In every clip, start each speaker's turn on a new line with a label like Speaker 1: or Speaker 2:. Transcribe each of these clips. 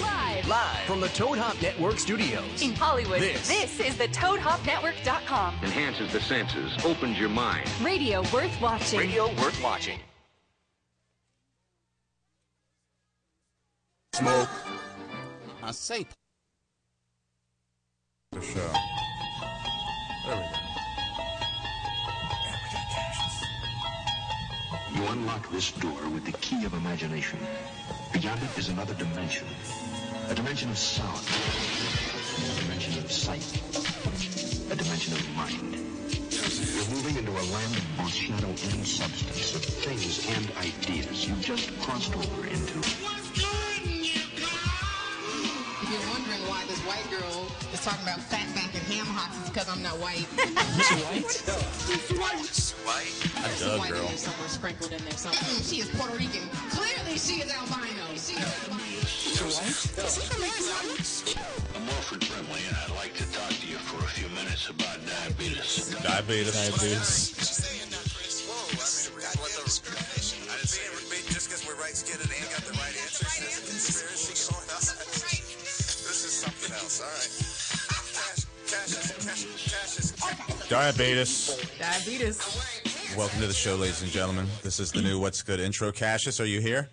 Speaker 1: Live from the Toad Hop Network studios.
Speaker 2: In Hollywood,
Speaker 1: This.
Speaker 2: this is the ToadHopNetwork.com.
Speaker 3: Enhances the senses, opens your mind.
Speaker 2: Radio worth watching.
Speaker 1: Radio worth watching.
Speaker 4: Smoke. I say. The show. There we go.
Speaker 5: You unlock this door with the key of imagination. Beyond it is another dimension. A dimension of sound. A dimension of sight. A dimension of mind. You're moving into a land of both shadow and substance, of things and ideas. You just crossed over into.
Speaker 6: If you're wondering why this white girl is talking about fatback and ham hocks, it's because I'm not white.
Speaker 4: I
Speaker 6: There's some
Speaker 4: dug,
Speaker 6: white in
Speaker 4: girl.
Speaker 6: there somewhere sprinkled in there somewhere. Mm, she is Puerto Rican. Clearly, she is albino. She is albino.
Speaker 5: I'm Alfred Brimley, and I'd like to talk to you for a few minutes about diabetes.
Speaker 4: Diabetes.
Speaker 7: Just because we're right skinned and ain't got the right answer, there's a conspiracy going on. This is something else. All right. Cash, cash, cash, cash is.
Speaker 4: Diabetes.
Speaker 6: Diabetes.
Speaker 4: Welcome to the show, ladies and gentlemen. This is the new What's Good intro. Cassius, are you here?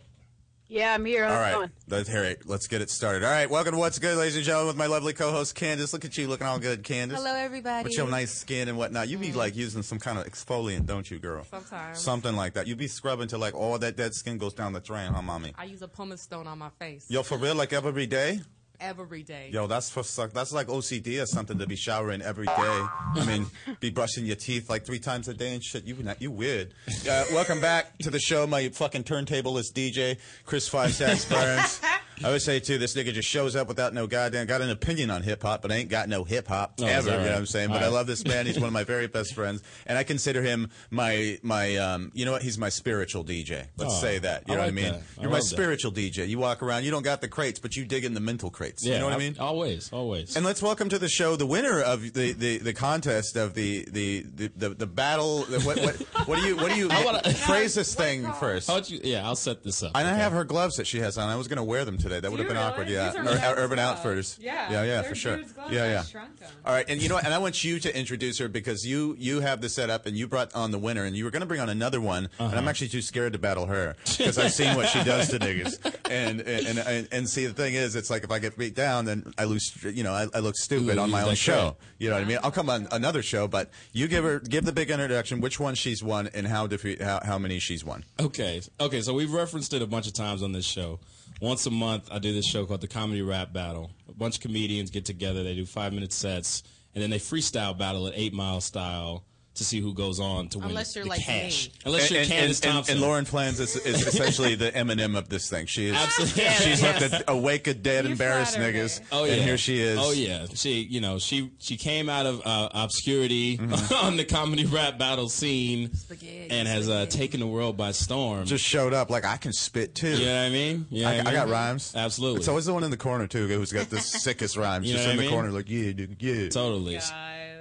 Speaker 8: Yeah, I'm here.
Speaker 4: All
Speaker 8: How's it
Speaker 4: right.
Speaker 8: going?
Speaker 4: Let's, all right, let's get it started. All right, welcome to What's Good, ladies and gentlemen, with my lovely co-host Candace. Look at you looking all good, Candace.
Speaker 9: Hello, everybody.
Speaker 4: With your nice skin and whatnot. You be like using some kind of exfoliant, don't you, girl?
Speaker 9: Sometimes.
Speaker 4: Something like that. You be scrubbing till like all that dead skin goes down the drain, huh, mommy?
Speaker 9: I use a pumice stone on my face
Speaker 4: Yo, for real, like every day?
Speaker 9: every day.
Speaker 4: Yo, that's for suck. That's like OCD or something to be showering every day. I mean, be brushing your teeth like three times a day and shit. You not, you weird. Uh, welcome back to the show. My fucking turntable is DJ Chris Five Sacks Burns. I would say too, this nigga just shows up without no goddamn got an opinion on hip hop, but ain't got no hip hop
Speaker 10: Oh, is
Speaker 4: ever.
Speaker 10: that
Speaker 4: You know what
Speaker 10: right?
Speaker 4: I'm saying? But
Speaker 10: All
Speaker 4: I
Speaker 10: right.
Speaker 4: love this man. He's one of my very best friends, and I consider him my my um. You know what? He's my spiritual DJ. Let's
Speaker 10: Aw,
Speaker 4: say that.
Speaker 10: Oh, I
Speaker 4: You know
Speaker 10: like
Speaker 4: what I mean?
Speaker 10: that. I
Speaker 4: You're my
Speaker 10: love that.
Speaker 4: spiritual DJ. You walk around. You don't got the crates, but you dig in the mental crates. you know what I mean?
Speaker 10: Always, always.
Speaker 4: And let's welcome to the show the winner of the, the, the contest of the the, the, the, the battle. the- What, what what do you what do you phrase this thing first?
Speaker 10: How'd you? Yeah, I'll set this up.
Speaker 4: And I
Speaker 10: okay?
Speaker 4: have her gloves that she has on. I was going to wear them today. That would have been awkward. Yeah,
Speaker 9: These are
Speaker 4: Ur-
Speaker 9: men's
Speaker 4: Urban
Speaker 9: gloves.
Speaker 4: Outfitters.
Speaker 9: Yeah,
Speaker 4: yeah, yeah,
Speaker 9: they're
Speaker 4: for sure.
Speaker 9: dude's gloves. I
Speaker 4: Yeah, yeah.
Speaker 9: shrunk 'em.
Speaker 4: All right, and you know, what? and I want you to introduce her because you you have the setup and you brought on the winner, and you were going to bring on another one, and
Speaker 10: Uh-huh.
Speaker 4: I'm actually too scared to battle her because I've seen what she does to niggas. And and, and and see, the thing is, it's like if I get beat down, then I lose. You know, I, I look stupid
Speaker 10: You
Speaker 4: on my
Speaker 10: lose
Speaker 4: own
Speaker 10: that
Speaker 4: show.
Speaker 10: credit.
Speaker 4: You know what I mean? I'll come on another show, but you give her give the big introduction, which one she's won, and how defeat how, how many she's won.
Speaker 10: Okay, okay. So we've referenced it a bunch of times on this show. Once a month, I do this show called the Comedy Rap Battle. A bunch of comedians get together. They do five minute sets, and then they freestyle battle at Eight Mile style to see who goes on to win.
Speaker 6: Unless you're
Speaker 10: the
Speaker 6: like
Speaker 10: cash.
Speaker 6: me.
Speaker 10: Unless you're Candace
Speaker 4: and-
Speaker 10: Thompson.
Speaker 4: and Lauren Plans is, is essentially the Eminem of this thing. She is.
Speaker 10: Absolutely.
Speaker 4: She's like the awake a dead
Speaker 9: You
Speaker 4: embarrassed
Speaker 9: flatter
Speaker 4: niggas.
Speaker 9: me.
Speaker 10: Oh yeah,
Speaker 4: And here she is.
Speaker 10: Oh yeah, she you know she she came out of uh, obscurity
Speaker 4: Mm-hmm.
Speaker 10: on the comedy rap battle scene
Speaker 9: Spaghetti,
Speaker 10: and has uh,
Speaker 9: spaghetti.
Speaker 10: taken the world by storm.
Speaker 4: Just showed up like I can spit too.
Speaker 10: you know what I mean? You know
Speaker 4: I,
Speaker 10: what
Speaker 4: I
Speaker 10: mean?
Speaker 4: got rhymes.
Speaker 10: Absolutely.
Speaker 4: It's always the one in the corner too who's got the sickest rhymes.
Speaker 10: You know
Speaker 4: Just
Speaker 10: what I
Speaker 4: in the
Speaker 10: mean?
Speaker 4: corner, like yeah, dude, yeah.
Speaker 10: Totally.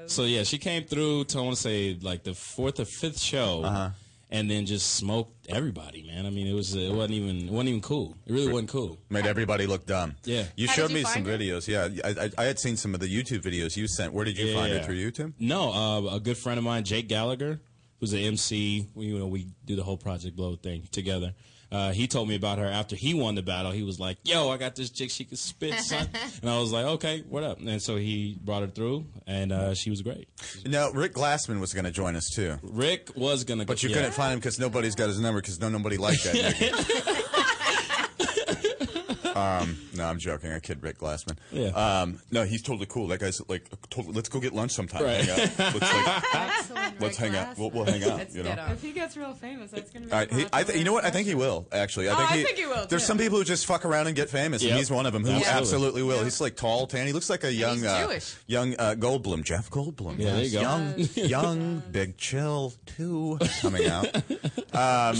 Speaker 10: So yeah, she came through to I want to say like the fourth or fifth show,
Speaker 4: Uh-huh.
Speaker 10: and then just smoked everybody, man. I mean, it was it wasn't even it wasn't even cool. It really wasn't cool.
Speaker 4: Made everybody look dumb.
Speaker 10: Yeah.
Speaker 4: You
Speaker 9: How
Speaker 4: showed
Speaker 9: did you
Speaker 4: me some
Speaker 9: find her?
Speaker 4: videos. Yeah. I, I, I had seen some of the YouTube videos you sent. Where did you find it
Speaker 10: Yeah.
Speaker 4: through YouTube?
Speaker 10: No, uh, a good friend of mine, Jake Gallagher, who's an MC. We, you know, we do the whole Project Blow thing together. Uh, he told me about her after he won the battle. He was like, "Yo, I got this chick. She can spit, son." and I was like, "Okay, what up?" And so he brought her through, and uh, she was great.
Speaker 4: No, Rick Glassman was going to join us too.
Speaker 10: Rick was gonna,
Speaker 4: But you
Speaker 10: yeah.
Speaker 4: couldn't find him because nobody's got his number because no nobody liked that. nigga. um, no, I'm joking. I kid Rick Glassman.
Speaker 10: Yeah.
Speaker 4: Um, no, he's totally cool. That guy's like, totally, let's go get lunch sometime.
Speaker 10: Right.
Speaker 4: Hang out. Let's, like,
Speaker 9: Excellent.
Speaker 4: let's hang out. We'll, we'll hang out. You know.
Speaker 9: Dead on. If he gets real famous, that's gonna be.
Speaker 4: All right, he, I th- you know what? I think he will. Actually, I
Speaker 9: Oh,
Speaker 4: think,
Speaker 9: I
Speaker 4: he,
Speaker 9: think he will,
Speaker 4: There's
Speaker 9: too.
Speaker 4: some people who just fuck around and get famous, and
Speaker 10: Yep.
Speaker 4: he's one of them who
Speaker 10: Absolutely.
Speaker 4: absolutely will. He's like tall, tan. He looks like a young,
Speaker 6: he's
Speaker 4: uh,
Speaker 6: Jewish.
Speaker 4: young uh, Goldblum, Jeff Goldblum.
Speaker 10: Yeah, there you go.
Speaker 4: Young, young, big chill two coming out. Um,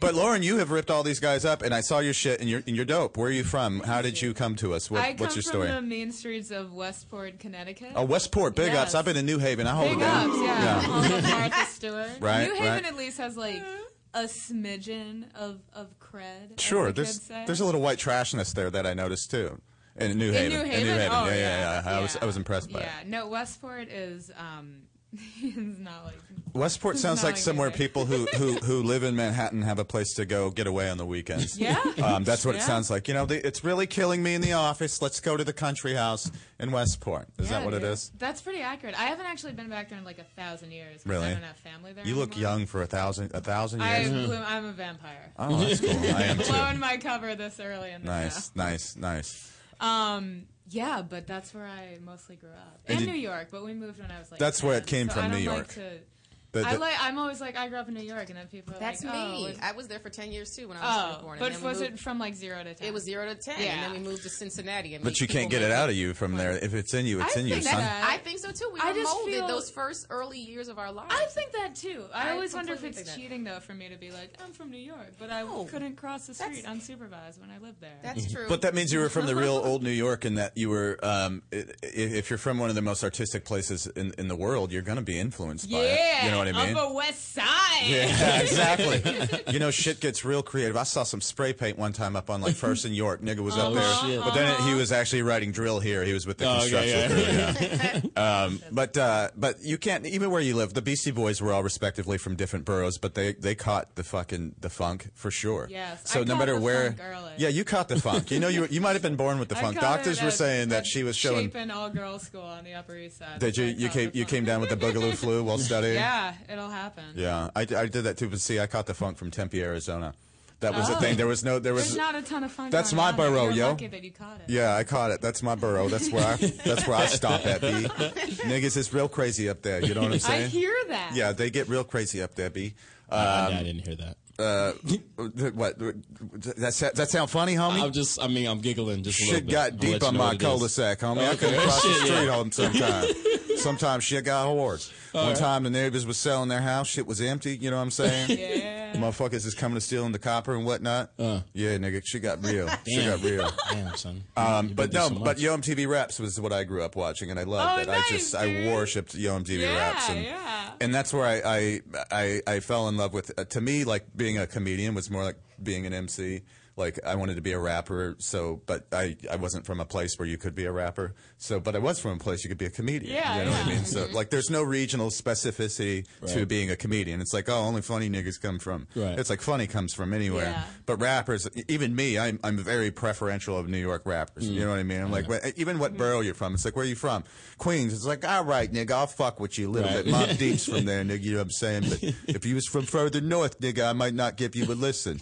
Speaker 4: but Lauren, you have ripped all these guys up, and I saw your shit, and you're and you're dope. Where are you from? How did you come to us? What,
Speaker 9: I come
Speaker 4: what's your story?
Speaker 9: from the main streets of Westport, Connecticut.
Speaker 4: oh, Westport, big
Speaker 9: Yes.
Speaker 4: ups. I've been in New Haven. I hold
Speaker 9: Big
Speaker 4: it down.
Speaker 9: ups, yeah. Home of Martha Stewart.
Speaker 4: Right,
Speaker 9: New Haven
Speaker 4: right.
Speaker 9: at least has like a smidgen of of cred. as
Speaker 4: Sure,
Speaker 9: the
Speaker 4: there's
Speaker 9: kids say.
Speaker 4: there's a little white trashness there that I noticed too. In New Haven.
Speaker 9: In New Haven.
Speaker 4: New Haven.
Speaker 9: Oh, yeah,
Speaker 4: yeah, yeah, yeah. I was
Speaker 9: yeah.
Speaker 4: I was impressed by
Speaker 9: Yeah,
Speaker 4: it.
Speaker 9: no, Westport is um, it's not like
Speaker 4: Westport sounds
Speaker 9: Not
Speaker 4: like
Speaker 9: like
Speaker 4: somewhere
Speaker 9: New Haven.
Speaker 4: people who, who, who live in Manhattan have a place to go get away on the weekends.
Speaker 9: yeah.
Speaker 4: Um, that's what it
Speaker 9: Yeah.
Speaker 4: sounds like. You know, the, it's really killing me in the office. Let's go to the country house in Westport. Is that
Speaker 9: Yeah,
Speaker 4: what it
Speaker 9: dude.
Speaker 4: is?
Speaker 9: That's pretty accurate. I haven't actually been back there in like a thousand years. 'cause
Speaker 4: Really?
Speaker 9: I don't have family there.
Speaker 4: You look
Speaker 9: anymore.
Speaker 4: young for a thousand a thousand
Speaker 9: I,
Speaker 4: years.
Speaker 9: I'm a vampire.
Speaker 4: Oh, that's cool. I am too.
Speaker 9: Blowing my cover this early in the
Speaker 4: Nice,
Speaker 9: show.
Speaker 4: nice, nice.
Speaker 9: Um, yeah, but that's where I mostly grew up.
Speaker 4: And
Speaker 9: And,
Speaker 4: did-
Speaker 9: New York, but we moved when I was like.
Speaker 4: That's where
Speaker 9: 10,
Speaker 4: it came
Speaker 9: so
Speaker 4: from,
Speaker 9: I don't
Speaker 4: New
Speaker 9: like
Speaker 4: York.
Speaker 9: to-
Speaker 4: But
Speaker 9: I
Speaker 4: the-
Speaker 9: like. I'm always like I grew up in New York, and then people. Are
Speaker 11: That's
Speaker 9: like,
Speaker 11: me.
Speaker 9: Oh, was-
Speaker 6: I was there for 10 years too when I was
Speaker 9: oh,
Speaker 6: first born. and
Speaker 9: but
Speaker 6: then we
Speaker 9: was
Speaker 6: moved-
Speaker 9: it from like zero to ten?
Speaker 6: It was zero to 10. And
Speaker 9: Yeah.
Speaker 6: then we moved to Cincinnati. And
Speaker 4: But you can't get it out of you from there. If it's in you, it's
Speaker 9: I
Speaker 4: in you,
Speaker 9: think
Speaker 4: son.
Speaker 9: that-
Speaker 6: I think so too. We
Speaker 9: I
Speaker 6: were
Speaker 9: just
Speaker 6: molded
Speaker 9: feel-
Speaker 6: those first early years of our lives.
Speaker 9: I think that too. I,
Speaker 6: I
Speaker 9: always wonder if
Speaker 6: completely
Speaker 9: it's
Speaker 6: think that.
Speaker 9: cheating though for me to be like I'm from New York, but I
Speaker 6: No.
Speaker 9: couldn't cross the
Speaker 6: That's-
Speaker 9: street unsupervised when I lived there.
Speaker 6: that's true.
Speaker 4: Mm-hmm. But that means you were from the real old New York, and that you were, um, i- i- if you're from one of the most artistic places in, in the world, you're going to be influenced by it.
Speaker 9: yeah,
Speaker 4: You know what I mean?
Speaker 9: Upper West Side.
Speaker 4: Yeah, exactly. you know, shit gets real creative. I saw some spray paint one time up on like First and York. Nigga was up
Speaker 10: Oh,
Speaker 4: there,
Speaker 10: shit.
Speaker 4: but then he was actually writing drill here. He was with the
Speaker 10: Oh, yeah,
Speaker 4: construction
Speaker 10: yeah.
Speaker 4: crew. Um, but uh, but you can't even where you live. The Beastie Boys were all respectively from different boroughs, but they, they caught the fucking the funk for sure.
Speaker 9: Yes,
Speaker 4: So
Speaker 9: I
Speaker 4: no
Speaker 9: caught
Speaker 4: matter
Speaker 9: the
Speaker 4: where,
Speaker 9: funk early.
Speaker 4: yeah, you caught the funk. You know, you you might have been born with the
Speaker 9: I
Speaker 4: funk.
Speaker 9: caught
Speaker 4: Doctors
Speaker 9: it
Speaker 4: were
Speaker 9: at-
Speaker 4: saying that
Speaker 9: at
Speaker 4: she was showing
Speaker 9: Chapin all girls school on the Upper East Side. oh,
Speaker 4: that you
Speaker 9: I
Speaker 4: you
Speaker 9: caught
Speaker 4: came
Speaker 9: the
Speaker 4: you
Speaker 9: funk.
Speaker 4: came down with the boogaloo flu while studying.
Speaker 9: Yeah, it'll happen.
Speaker 4: Yeah, I, I did that too. But see, I caught the funk from Tempe, Arizona. That was the thing. There was no there was
Speaker 9: Oh. There's not a ton of fun.
Speaker 4: That's
Speaker 9: going
Speaker 4: my
Speaker 9: on there.
Speaker 4: borough,
Speaker 9: You're
Speaker 4: yo.
Speaker 9: Lucky that you caught it.
Speaker 4: Yeah, I caught it. That's my burrow. That's where I that's where I stop at, B. Niggas is real crazy up there. You know what I'm
Speaker 9: I
Speaker 4: saying?
Speaker 9: hear that.
Speaker 4: yeah, they get real crazy up there, B. Um, uh,
Speaker 10: I, I didn't hear that.
Speaker 4: Th- What? Does that sa- that sound funny, homie?
Speaker 10: I'm just. I mean, I'm giggling just a little
Speaker 4: shit
Speaker 10: bit.
Speaker 4: got
Speaker 10: I'll let
Speaker 4: deep
Speaker 10: you
Speaker 4: on
Speaker 10: know what
Speaker 4: my
Speaker 10: it is.
Speaker 4: cul-de-sac, homie. I couldn't
Speaker 10: Okay.
Speaker 4: cross the
Speaker 10: Shit, yeah.
Speaker 4: street on sometimes. sometimes shit got hard. One time the neighbors was selling their house, shit was empty. You know what I'm saying?
Speaker 9: Yeah.
Speaker 4: Motherfuckers is coming to steal in the copper and whatnot. Yeah, nigga, shit got real. Shit
Speaker 10: Uh. Damn.
Speaker 4: got real.
Speaker 10: Damn, son.
Speaker 4: Um,
Speaker 10: You've
Speaker 4: but
Speaker 10: been
Speaker 4: no,
Speaker 10: through so
Speaker 4: but
Speaker 10: much.
Speaker 4: Yo MTV Raps was what I grew up watching, and I loved
Speaker 9: Oh,
Speaker 4: it.
Speaker 9: nice,
Speaker 4: I just
Speaker 9: dude.
Speaker 4: I worshipped Yo MTV
Speaker 9: Yeah,
Speaker 4: Raps, and
Speaker 9: yeah.
Speaker 4: and that's where I I I, I fell in love with. Uh, to me, like being a comedian was more like being an MC. Like I wanted to be a rapper, so but I I wasn't from a place where you could be a rapper. So, but I was from a place you could be a comedian.
Speaker 9: Yeah,
Speaker 4: you know what I
Speaker 9: yeah. Mm-hmm.
Speaker 4: mean. So like, there's no regional specificity to
Speaker 10: Right.
Speaker 4: being a comedian. It's like oh, only funny niggas come from.
Speaker 10: Right.
Speaker 4: It's like funny comes from anywhere.
Speaker 9: Yeah.
Speaker 4: But rappers, even me, I'm, I'm very preferential of New York rappers.
Speaker 10: Mm.
Speaker 4: You know what I mean? I'm like, wh- even what borough you're from, it's like, where are you from? Queens. It's like, all right, nigga, I'll fuck with you a little
Speaker 10: Right.
Speaker 4: bit. Mom Deep's from there, nigga, you know what I'm saying? But if you was from further north, nigga, I might not give you a listen.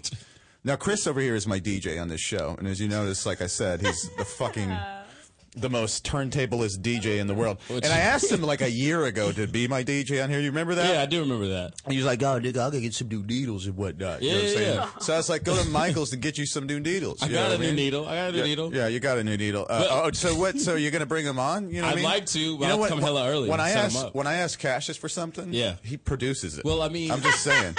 Speaker 4: Now, Chris over here is my DJ on this show. And as you notice, like I said, he's the fucking. The most turntablist DJ in the world,
Speaker 10: Which-
Speaker 4: and I asked him like a year ago to be my DJ on here. You remember that?
Speaker 10: yeah, I do remember that.
Speaker 4: And He's like, oh, nigga, I'll go get some new needles and whatnot. you know what I'm
Speaker 10: Yeah,
Speaker 4: saying?
Speaker 10: yeah.
Speaker 4: So I was like, go to Michael's to get you some new needles.
Speaker 10: I
Speaker 4: You know
Speaker 10: got
Speaker 4: what
Speaker 10: a new
Speaker 4: mean?
Speaker 10: needle. I got a new
Speaker 4: Yeah,
Speaker 10: needle.
Speaker 4: Yeah, you got a new needle. Uh,
Speaker 10: But-
Speaker 4: oh, so what? So you're gonna bring him on? You know, what I
Speaker 10: I'd
Speaker 4: mean?
Speaker 10: like to, but
Speaker 4: you know
Speaker 10: I'll
Speaker 4: what?
Speaker 10: come hella early
Speaker 4: When
Speaker 10: and
Speaker 4: I
Speaker 10: set him
Speaker 4: ask
Speaker 10: up.
Speaker 4: when I ask Cassius for something,
Speaker 10: Yeah.
Speaker 4: he produces it.
Speaker 10: Well, I mean-
Speaker 4: I'm just saying.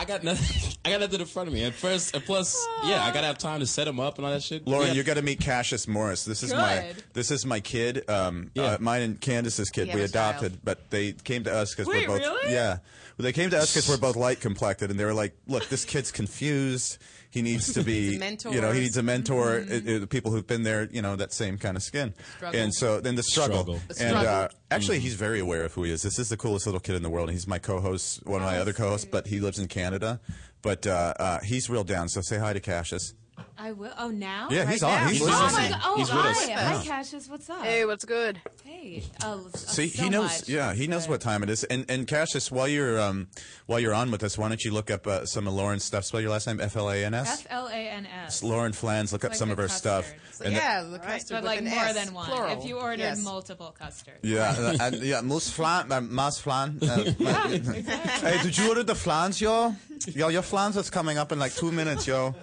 Speaker 10: I got nothing. I got nothing in front of me. At first, and plus, yeah, I gotta have time to set him up and all that shit.
Speaker 4: Lauren,
Speaker 10: yeah.
Speaker 4: you got to meet Cassius Morris. This is my
Speaker 9: Good.
Speaker 4: this is my kid. Um,
Speaker 10: Yeah.
Speaker 4: uh, mine and Candace's kid.
Speaker 6: We have
Speaker 4: we
Speaker 6: a child.
Speaker 4: adopted, but they came to us because we're
Speaker 9: Wait,
Speaker 4: both
Speaker 9: really?
Speaker 4: yeah. Well, they came to us because we're both light complected, and they were like, "Look, this kid's confused. He needs to be
Speaker 6: mentor.
Speaker 4: You know, he needs a mentor. uh, uh, the people who've been there, you know, that same kind of skin.
Speaker 6: Struggle.
Speaker 4: And so then the struggle.
Speaker 10: Struggle. Mm.
Speaker 6: The
Speaker 4: And uh,
Speaker 6: struggle.
Speaker 4: actually, he's very aware of who he is. This is the coolest little kid in the world. He's my co-host, one of my other co-hosts, but he lives in Canada. But uh, uh, he's real down. So say hi to Cassius.
Speaker 9: I will. Oh, now.
Speaker 4: Yeah,
Speaker 9: Right
Speaker 4: he's on.
Speaker 9: now?
Speaker 4: He's
Speaker 9: oh My,
Speaker 4: listening.
Speaker 9: God. oh,
Speaker 10: He's with
Speaker 9: hi.
Speaker 10: us.
Speaker 9: Hi, Cassius. What's up? Hey.
Speaker 11: what's good?
Speaker 9: Oh, so
Speaker 4: See, he knows.
Speaker 9: much.
Speaker 4: Yeah, he knows what time it is. And and Cassius, while you're um while you're on with us, why don't you look up uh, some of Lauren's stuff? Spell your last name F L A N S.
Speaker 9: F L A N S.
Speaker 4: Lauren Flans. Look up
Speaker 9: Like
Speaker 4: some
Speaker 9: the
Speaker 4: of her
Speaker 9: custard.
Speaker 4: stuff.
Speaker 6: So,
Speaker 4: And-
Speaker 6: yeah, the custard
Speaker 9: But
Speaker 6: with
Speaker 9: like
Speaker 6: an
Speaker 9: more
Speaker 6: S,
Speaker 9: than one.
Speaker 6: plural.
Speaker 9: If you ordered
Speaker 6: Yes.
Speaker 9: multiple custards.
Speaker 4: yeah, uh, and, yeah, Moose Flan, uh, Mas Flan. Uh, hey, did you order the flans, yo? Yo, your flans is coming up in like two minutes, yo.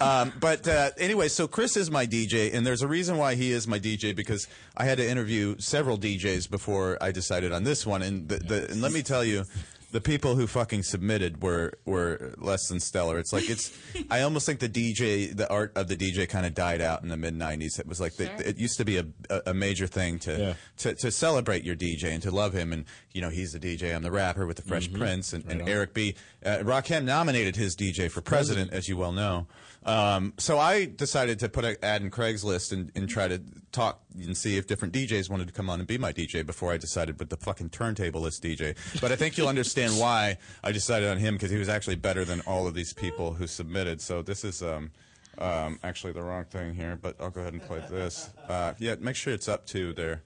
Speaker 4: Um, but uh, anyway, so Chris is my DJ, and there's a reason why he is my DJ because I had to interview several DJs before I decided on this one, and the, the, and let me tell you. the people who fucking submitted were were less than stellar. It's like it's. I almost think the DJ, the art of the DJ, kind of died out in the mid '90s. It was like the-
Speaker 5: Sure.
Speaker 4: it used to be a a, a major thing to,
Speaker 10: Yeah.
Speaker 4: to to celebrate your DJ and to love him. And you know, he's the DJ. I'm the rapper with the Fresh Prince and, and Eric B. Uh, Rakim nominated his DJ for president, as you well know. Um, so I decided to put an ad in Craigslist and, and try to talk and see if different DJs wanted to come on and be my DJ before I decided with the fucking turntable as DJ. But I think you'll understand why I decided on him because he was actually better than all of these people who submitted. So this is um, um, actually the wrong thing here, but I'll go ahead and play this. Uh, yeah, make sure it's up to there.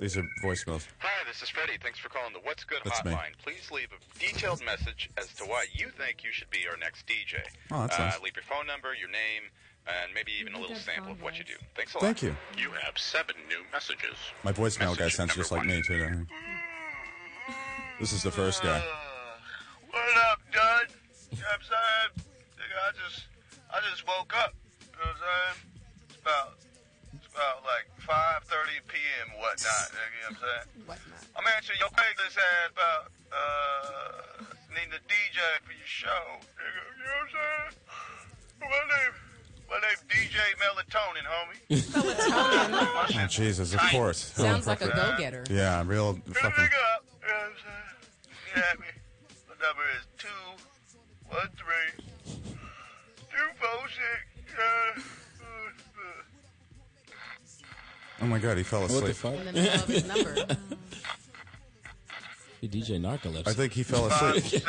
Speaker 4: These are voicemails.
Speaker 12: Hi, this is Freddie. Thanks for calling the What's Good
Speaker 4: That's me.
Speaker 12: hotline. Please leave a detailed message as to why you think you should be our next DJ.
Speaker 4: Oh, that's
Speaker 12: uh,
Speaker 4: nice.
Speaker 12: Leave your phone number, your name, and maybe even a
Speaker 5: Look
Speaker 12: little
Speaker 5: at that
Speaker 12: sample of
Speaker 5: phone
Speaker 12: what you do.
Speaker 5: voice.
Speaker 12: Thanks a lot.
Speaker 4: Thank you.
Speaker 12: You have seven new messages.
Speaker 4: My voicemail guy sounds just like me, too. don't he? This is the first guy.
Speaker 12: What up, Dud? I'm saying? I just, I just woke up. You know what I'm saying? It's about, it's about like 5:30 p.m. whatnot. You know what I'm saying?
Speaker 13: Whatnot.
Speaker 12: I'm answering your Craigslist ad about uh, needing a DJ for your show. nigga. You know what I'm saying? My name, my name DJ Melatonin, homie.
Speaker 4: Oh, Jesus, of course.
Speaker 5: Sounds like a go getter.
Speaker 4: Yeah, real
Speaker 12: Come
Speaker 4: fucking.
Speaker 12: pick up. You know what I'm saying? Get at me. My number is two one three two four six. Uh, uh, uh.
Speaker 4: Oh my god, he fell
Speaker 10: What the
Speaker 4: asleep.
Speaker 10: fuck?
Speaker 13: In the middle of his number.
Speaker 10: Your DJ narcolepsy.
Speaker 4: I think he fell asleep.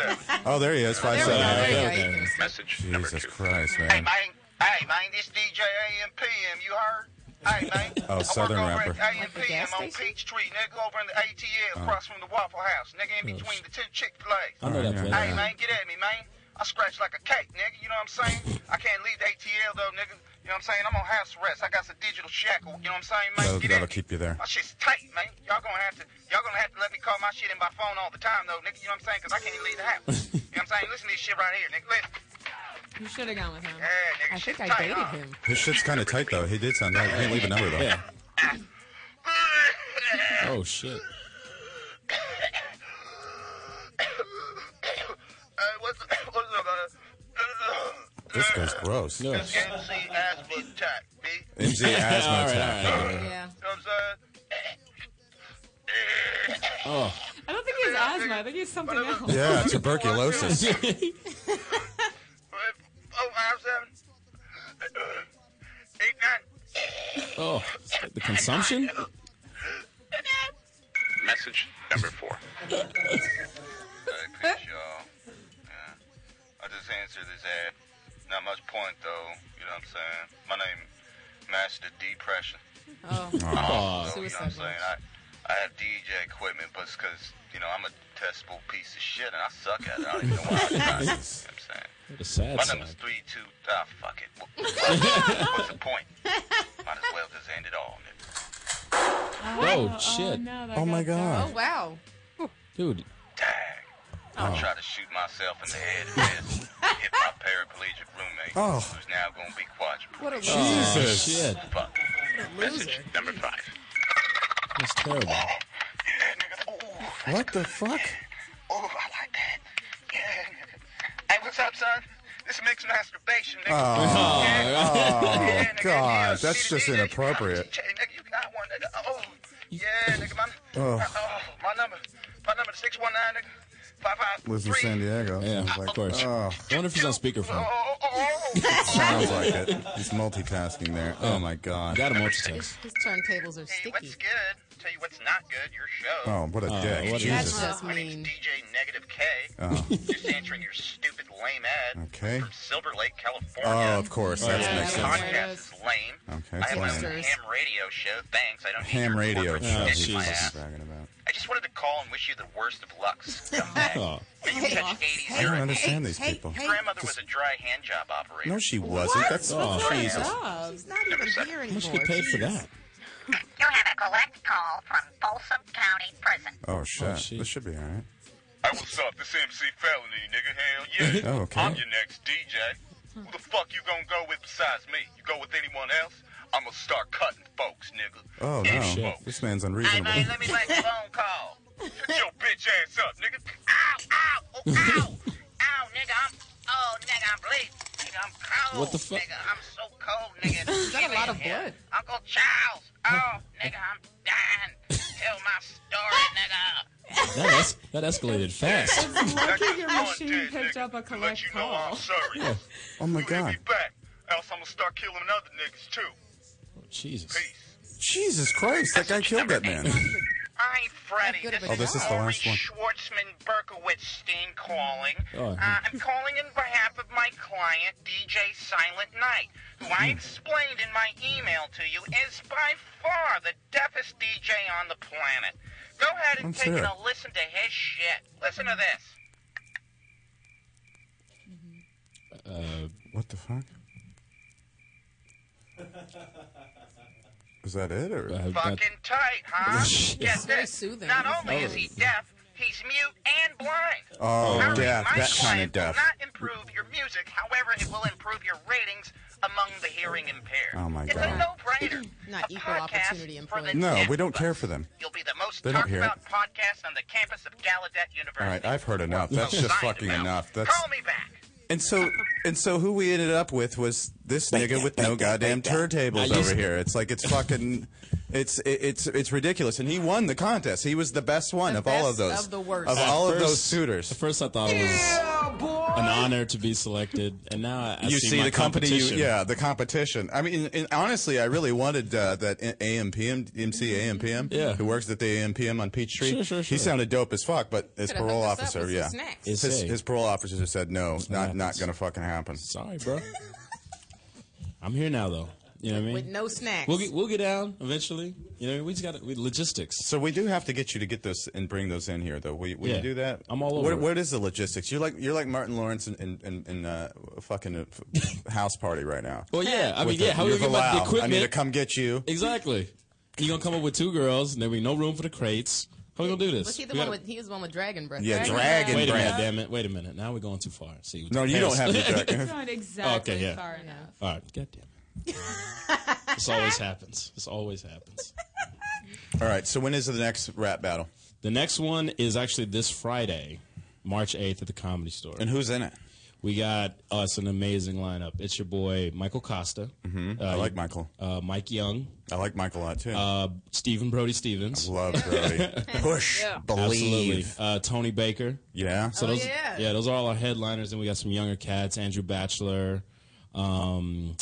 Speaker 4: Oh, there he is. Five
Speaker 13: There we go.
Speaker 4: seven.
Speaker 13: There you
Speaker 10: okay,
Speaker 13: go. You
Speaker 10: okay.
Speaker 13: can see.
Speaker 12: Message
Speaker 4: Jesus Christ, man.
Speaker 12: man. Hey, man, this DJ AMPM, you heard? Hey, man.
Speaker 4: Oh, Southern
Speaker 12: I work over
Speaker 4: rapper. Oh.
Speaker 12: at
Speaker 13: Like the gas
Speaker 12: AMPM on
Speaker 13: station?
Speaker 12: Peachtree, nigga, over in the ATL across from the Waffle House, nigga, in between the two Chick-fil-A's.
Speaker 10: I know that place.
Speaker 12: Hey, man, get at me, man. I scratch like a cake, nigga, you know what I'm saying? I can't leave the ATL, though, nigga. You know what I'm saying? I'm on house arrest. I got some digital shackle. You know what I'm saying, man?
Speaker 4: That'll-
Speaker 12: Get at
Speaker 4: that'll
Speaker 12: me.
Speaker 4: keep you there.
Speaker 12: My shit's tight, man. Y'all gonna have to, y'all gonna have to let me call my shit in by phone all the time, though, nigga. You know what I'm saying? Cause I can't leave the house. you know what I'm saying? Listen to this shit right here, nigga. Listen.
Speaker 5: You should have gone with him.
Speaker 12: Yeah, nigga,
Speaker 13: I
Speaker 12: shit's
Speaker 13: think I
Speaker 12: tight,
Speaker 13: dated
Speaker 12: huh?
Speaker 13: him.
Speaker 4: His shit's kind of tight though. He did sound. Like, he didn't leave a number though.
Speaker 10: Yeah. Oh shit.
Speaker 12: Hey, what's, what's up, uh,
Speaker 4: This guy's gross.
Speaker 10: No.
Speaker 12: MC asthma attack, B. You
Speaker 4: MZ asthma
Speaker 10: all right,
Speaker 4: attack.
Speaker 10: all right.
Speaker 5: Yeah.
Speaker 12: know what I'm saying?
Speaker 10: Oh,
Speaker 5: I don't think he has asthma. I think he's something else.
Speaker 4: Yeah, tuberculosis.
Speaker 12: Oh, I'm seven. Eight, nine.
Speaker 10: oh, the consumption.
Speaker 12: Message number four. Thanks, y'all. Yeah. I just answered this ad. Not much point, though. You know what I'm saying? My name, Master Depression.
Speaker 5: Oh,
Speaker 10: Oh,
Speaker 12: You know what I'm
Speaker 5: suicide. watch.
Speaker 12: saying? I, I have DJ equipment, but it's because, you know, I'm a testable piece of shit and I suck at it. I don't even know why I tried. You know what I'm saying?
Speaker 10: what a sad
Speaker 12: My
Speaker 10: song.
Speaker 12: number's three, two, ah, fuck it. Wha- wha- What's the point? Might as well just end it all. nigga.
Speaker 10: Oh shit,
Speaker 5: no, that
Speaker 4: Oh my
Speaker 5: got dark.
Speaker 13: Oh
Speaker 4: god.
Speaker 13: wow.
Speaker 10: dude.
Speaker 12: Dag.
Speaker 4: Oh.
Speaker 12: I tried to shoot myself in the head with hit my paraplegic roommate,
Speaker 4: Oh.
Speaker 12: who's now going to be quadriplegic.
Speaker 13: What a loser.
Speaker 10: Oh
Speaker 4: Jesus.
Speaker 10: shit,
Speaker 12: Fuck.
Speaker 13: loser.
Speaker 12: Message number five.
Speaker 10: that's terrible.
Speaker 12: Yeah, nigga. Ooh.
Speaker 4: What the fuck?
Speaker 12: Oh, I like that. Yeah. Hey, what's up, son? This is mixed masturbation, nigga.
Speaker 4: Oh,
Speaker 12: yeah, nigga,
Speaker 4: God,
Speaker 12: yeah,
Speaker 4: that's
Speaker 12: see the
Speaker 4: just
Speaker 12: DJ?
Speaker 4: inappropriate.
Speaker 12: Hey, oh, nigga, you got one, nigga. Oh, yeah, nigga. My,
Speaker 4: Oh.
Speaker 12: my, oh, my number, my number, six one nine, nigga. Five five
Speaker 4: Lives in
Speaker 12: three.
Speaker 4: San Diego.
Speaker 10: Yeah,
Speaker 4: It's
Speaker 10: of course.
Speaker 4: Oh,
Speaker 10: I wonder if he's on speakerphone.
Speaker 12: Oh, oh, oh, oh.
Speaker 4: sounds like it. He's multitasking there. Oh my
Speaker 10: I
Speaker 4: god.
Speaker 10: got him multitask.
Speaker 13: His turntables are
Speaker 12: Hey,
Speaker 13: sticky.
Speaker 12: what's good? Tell you what's not good. Your show.
Speaker 4: Oh, what a
Speaker 10: Oh,
Speaker 4: dick.
Speaker 10: what is
Speaker 4: Jesus. Oh,
Speaker 13: That's just
Speaker 12: My name's
Speaker 13: mean.
Speaker 12: DJ Negative K. Just answering your stupid lame ad.
Speaker 4: Uh-huh. Okay.
Speaker 12: From Silver Lake, California.
Speaker 4: Oh, of course. That
Speaker 10: Yeah,
Speaker 4: makes
Speaker 12: This
Speaker 5: that was
Speaker 4: sense.
Speaker 5: weird.
Speaker 12: podcast is lame.
Speaker 4: Okay,
Speaker 12: I have my own
Speaker 13: it's lame.
Speaker 12: ham radio show. Thanks. I don't need
Speaker 4: Ham
Speaker 12: your
Speaker 4: radio.
Speaker 12: corporate
Speaker 4: show
Speaker 10: Oh,
Speaker 12: shit
Speaker 4: he's
Speaker 12: in my
Speaker 10: Jesus.
Speaker 12: ass.
Speaker 4: bragging about.
Speaker 12: I just wanted to call and wish you the worst of lucks. Scumbag.
Speaker 10: Oh,
Speaker 12: May you catch 80
Speaker 4: I don't
Speaker 12: zero.
Speaker 4: understand these
Speaker 13: hey,
Speaker 4: people.
Speaker 13: hey.
Speaker 12: Grandmother was a dry hand job operator.
Speaker 4: No, she wasn't. That's
Speaker 10: Oh,
Speaker 4: oh,
Speaker 10: shit.
Speaker 4: Jesus.
Speaker 5: Oh,
Speaker 13: She's not even here anymore.
Speaker 10: How much you get paid for that?
Speaker 12: You have a collect call from Folsom County Prison.
Speaker 4: Oh shit.
Speaker 10: shit.
Speaker 4: This should be all right.
Speaker 12: Hey, what's up? This MC Felony, nigga. Hell yeah.
Speaker 4: Oh, okay.
Speaker 12: I'm your next DJ. Who the fuck you gonna go with besides me? You go with anyone else? I'm gonna start cutting folks, nigga.
Speaker 4: Oh
Speaker 12: Any
Speaker 4: no.
Speaker 10: shit.
Speaker 4: This man's
Speaker 12: Hey,
Speaker 4: unreasonable.
Speaker 12: man, let me make a phone call. Shut your bitch ass up, nigga. Ah!
Speaker 7: Ow! Ow, nigga, I'm. Oh, nigga, I'm bleeding. Nigga, I'm cold.
Speaker 10: What the fuck?
Speaker 7: Nigga, I'm so cold, nigga. Is
Speaker 10: that a lot of blood?
Speaker 7: Uncle Charles. Oh, nigga, I'm dying. Tell my story, nigga.
Speaker 10: That, es- that escalated fast.
Speaker 5: It's lucky your machine picked up a collect call.
Speaker 10: Yeah.
Speaker 4: Oh my god.
Speaker 12: Back, else I'm gonna start killing other niggas too.
Speaker 10: Oh, Jesus.
Speaker 4: Jesus Christ, that guy killed that man.
Speaker 7: I'm Freddie. This
Speaker 4: Oh, this is the last one.
Speaker 7: Schwartzman Berkowitz-Stein calling. Uh,
Speaker 4: Oh.
Speaker 7: I'm calling in behalf of my client, DJ Silent Night, who I
Speaker 4: Hmm.
Speaker 7: explained in my email to you is by far the deafest DJ on the planet. Go ahead and
Speaker 14: That's
Speaker 7: take
Speaker 14: it.
Speaker 7: a listen to his shit. Listen to this.
Speaker 10: Uh,
Speaker 4: what the fuck? Is that it
Speaker 10: uh,
Speaker 4: or?
Speaker 7: Fucking tight, huh? Get
Speaker 4: It's
Speaker 7: this. Not only is he deaf, he's mute and blind.
Speaker 4: Oh,
Speaker 7: All right,
Speaker 4: deaf,
Speaker 7: My
Speaker 4: that kind
Speaker 7: client
Speaker 4: of deaf.
Speaker 7: will not improve your music. However, it will improve your ratings among the hearing impaired.
Speaker 4: Oh my
Speaker 7: it's
Speaker 4: God.
Speaker 7: a no-brainer.
Speaker 13: Not equal opportunity employee.
Speaker 4: No, we don't care for them.
Speaker 7: You'll be the most
Speaker 4: They don't
Speaker 7: talked
Speaker 4: hear
Speaker 7: about
Speaker 4: it.
Speaker 7: podcast on the campus of Gallaudet University.
Speaker 4: All right, I've heard enough. That's just fucking enough. That's
Speaker 7: Call me back.
Speaker 4: and so and so. Who we ended up with was this nigga with no goddamn
Speaker 10: I
Speaker 4: turntables
Speaker 10: used-
Speaker 4: over here. It's like it's fucking, it's it, it's it's ridiculous. And he won the contest. He was the best one of all of those of
Speaker 10: At
Speaker 4: all of
Speaker 10: first-
Speaker 4: those suitors.
Speaker 10: At first, I thought it was an honor to be selected, and now I, I
Speaker 4: you see
Speaker 10: my
Speaker 4: the company, you,
Speaker 10: competition.
Speaker 4: yeah, the competition. I mean, and honestly, I really wanted uh, that A- AMPM, MC AMPM,
Speaker 10: Yeah.
Speaker 4: who works at the AMPM on Peachtree.
Speaker 10: Sure, sure,
Speaker 4: He
Speaker 10: sure.
Speaker 4: sounded dope as fuck, but his
Speaker 10: Coulda hooked
Speaker 4: parole
Speaker 10: us up
Speaker 4: officer,
Speaker 10: with some
Speaker 4: yeah,
Speaker 10: snacks.
Speaker 4: his,
Speaker 10: It's a-
Speaker 4: his parole officer just said no, not not gonna fucking happen.
Speaker 10: Sorry, bro. I'm here now, though. You know what I mean?
Speaker 13: With no snacks.
Speaker 10: We'll get we'll get down eventually. You know, we just got we, logistics.
Speaker 4: So we do have to get you to get those and bring those in here, though. Will, you- will
Speaker 10: Yeah.
Speaker 4: you do that?
Speaker 10: I'm all over
Speaker 4: What,
Speaker 10: it.
Speaker 4: what is the logistics? You're like you're like Martin Lawrence in in, in, in uh, fucking uh, f- house party right now.
Speaker 10: Well, yeah. I
Speaker 4: With
Speaker 10: mean, yeah.
Speaker 4: the-
Speaker 10: How are we
Speaker 4: your
Speaker 10: gonna get the
Speaker 4: Valal. I
Speaker 10: equipment?
Speaker 4: need to come get you.
Speaker 10: Exactly. You gonna come up with two girls, and there be no room for the crates. How we gonna do this?
Speaker 13: Was he the
Speaker 10: We
Speaker 13: one
Speaker 10: gotta-
Speaker 13: with? He was the one with dragon breath.
Speaker 4: Yeah,
Speaker 13: right?
Speaker 4: dragon
Speaker 10: Wait a minute,
Speaker 4: breath.
Speaker 10: damn it. Wait a minute. Now we're going too far. See,
Speaker 4: No, you don't have the dragon.
Speaker 5: It's not exactly
Speaker 10: okay, yeah.
Speaker 5: far enough.
Speaker 10: All right, God damn it. this always happens. This always happens.
Speaker 4: All right. So when is the next rap battle?
Speaker 10: The next one is actually this Friday, March 8th at the Comedy Store.
Speaker 4: And who's in it?
Speaker 10: We got us an amazing lineup. It's your boy Michael Costa.
Speaker 4: Mhm. I like Michael.
Speaker 10: Uh, Mike Young.
Speaker 4: I like Mike a lot too.
Speaker 10: Uh, Stephen Brody Stevens.
Speaker 4: love Brody. Push, Yeah. believe.
Speaker 10: Absolutely. Uh, Tony Baker.
Speaker 4: Yeah.
Speaker 10: So
Speaker 4: Oh,
Speaker 10: those,
Speaker 4: yeah.
Speaker 10: those are all our headliners. And we got some younger cats: Andrew Batchelor, um,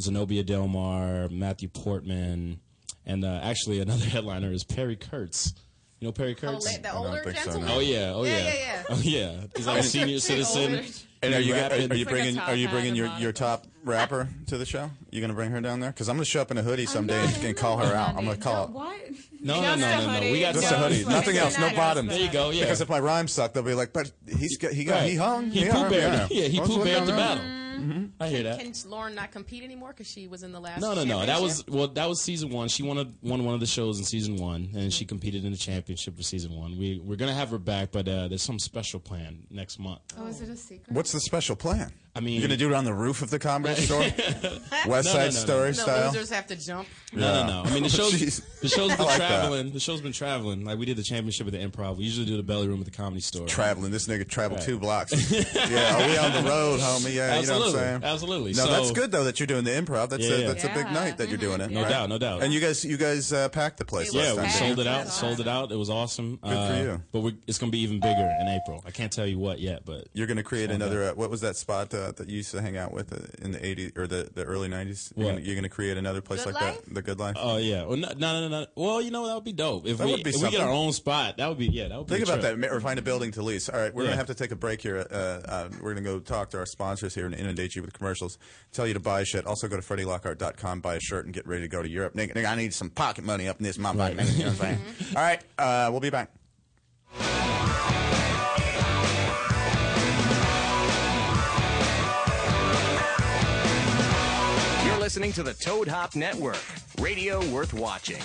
Speaker 10: Zenobia Delmar, Matthew Portman, and uh, actually another headliner is Perry Kurtz. You know Perry Kurtz?
Speaker 13: la- the I don't older think so, gentleman? no.
Speaker 10: Oh yeah. Oh
Speaker 13: Yeah,
Speaker 10: yeah.
Speaker 13: yeah, yeah.
Speaker 10: Oh yeah. He's like a senior citizen.
Speaker 4: And are you are,
Speaker 10: rapping.
Speaker 4: are you bringing are you bringing your, your top rapper to the show? You gonna bring her down there? Because I'm gonna show up in a hoodie someday and, and call her out. I'm gonna call.
Speaker 5: What?
Speaker 10: No, no, no, no, no. We got
Speaker 4: just a hoodie, nothing else, no bottoms.
Speaker 10: There you go. Yeah.
Speaker 4: Because if my rhymes suck, they'll be like, but he's got, he got
Speaker 10: Right.
Speaker 4: he hung.
Speaker 10: He
Speaker 4: hung,
Speaker 10: poo-beared it. Yeah, he
Speaker 4: Let's look
Speaker 10: poo-beared the
Speaker 4: down there.
Speaker 10: battle.
Speaker 9: Mm.
Speaker 10: I hear that.
Speaker 13: Can Lauren not compete anymore because she was in the last?
Speaker 10: No, no, no. That was
Speaker 13: championship?
Speaker 10: well. That was season one. She won a, won one of the shows in season one, and she competed in the championship for season one. We we're gonna have her back, but uh, there's some special plan next month.
Speaker 5: Oh, is it a secret?
Speaker 4: What's the special plan?
Speaker 10: I mean,
Speaker 4: You're gonna do it on the roof of the comedy store, West
Speaker 10: No,
Speaker 4: Side
Speaker 10: no, no, no.
Speaker 4: Story
Speaker 13: No,
Speaker 4: style.
Speaker 13: losers have to jump.
Speaker 10: No, no, no. I mean, the show's,
Speaker 4: Jeez.
Speaker 10: the show's
Speaker 4: I
Speaker 10: been
Speaker 4: like that.
Speaker 10: traveling. The show's been traveling. Like, we did the championship at the improv. We usually do the belly room at the comedy store.
Speaker 4: Traveling. This nigga traveled
Speaker 10: Right.
Speaker 4: two blocks. yeah, are we on the road, homie? Yeah, you know
Speaker 10: Absolutely.
Speaker 4: what I'm saying?
Speaker 10: Absolutely.
Speaker 4: No,
Speaker 10: So-
Speaker 4: that's good though that you're doing the improv. That's
Speaker 10: Yeah.
Speaker 4: a, that's a big night that you're doing it.
Speaker 10: No
Speaker 4: right?
Speaker 10: doubt, no doubt.
Speaker 4: And you guys, you guys uh, packed the place.
Speaker 10: yeah,
Speaker 4: last
Speaker 10: we
Speaker 4: time,
Speaker 10: sold
Speaker 4: didn't
Speaker 10: it
Speaker 4: you?
Speaker 10: out. Sold it out. It was awesome.
Speaker 4: Good for
Speaker 10: Uh,
Speaker 4: you.
Speaker 10: But we're, it's going to be even bigger in April. I can't tell you what yet, but
Speaker 4: You're going to create another.
Speaker 10: Uh,
Speaker 4: Uh, what was that spot uh, that you used to hang out with uh, in the '80s or the, the early '90s?
Speaker 10: What?
Speaker 4: You're going you're to create another place
Speaker 10: Good
Speaker 4: like
Speaker 10: Life?
Speaker 4: that, the Good Life.
Speaker 10: oh yeah. Well, no, no, no, no. Well, you know that would be dope. If
Speaker 4: That
Speaker 10: we
Speaker 4: would be
Speaker 10: if we get
Speaker 4: something.
Speaker 10: our own spot, that would be yeah. That would be
Speaker 4: Think
Speaker 10: a
Speaker 4: about
Speaker 10: trip.
Speaker 4: that. ma- Or find a building to lease. All right, we're
Speaker 10: Yeah.
Speaker 4: gonna have to take a break here. Uh, uh, we're gonna go talk to our sponsors here and inundate you with commercials. Tell you to buy shit. Also go to freddylockhart.com, buy a shirt, and get ready to go to Europe. Nigga, nigga I need some pocket money up in this my pocket. nigga, You know what I'm saying? All right, uh, we'll be back.
Speaker 1: You're listening to the Toad Hop Network, radio worth watching.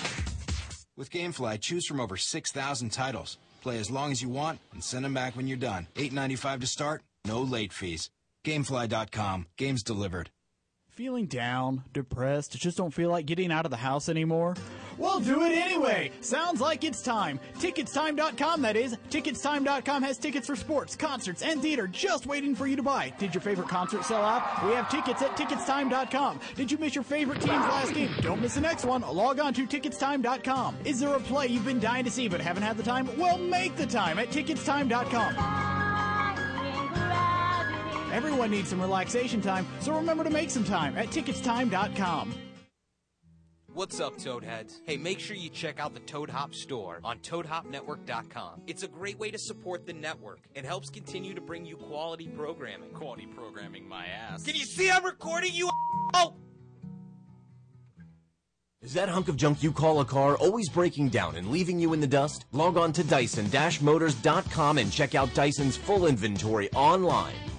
Speaker 15: With GameFly, choose from over 6,000 titles. Play as long as you want and send them back when you're done. $8.95 to start, no late fees. GameFly.com, games delivered.
Speaker 14: Feeling down, depressed, just don't feel like getting out of the house anymore? Well, do it anyway! Sounds like it's time. Ticketstime.com, that is. Ticketstime.com has tickets for sports, concerts, and theater just waiting for you to buy. Did your favorite concert sell out? We have tickets at Ticketstime.com. Did you miss your favorite team's last game? Don't miss the next one. Log on to Ticketstime.com. Is there a play you've been dying to see but haven't had the time? Well, make the time at Ticketstime.com. Everyone needs some relaxation time, so remember to make some time at ticketstime.com.
Speaker 16: What's up, Toadheads? Hey, make sure you check out the Toad Hop store on ToadHopNetwork.com. It's a great way to support the network and helps continue to bring you quality programming. Quality programming, my ass. Can you see I'm recording you? Oh!
Speaker 17: Is that hunk of junk you call a car always breaking down and leaving you in the dust? Log on to Dyson-Motors.com and check out Dyson's full inventory online.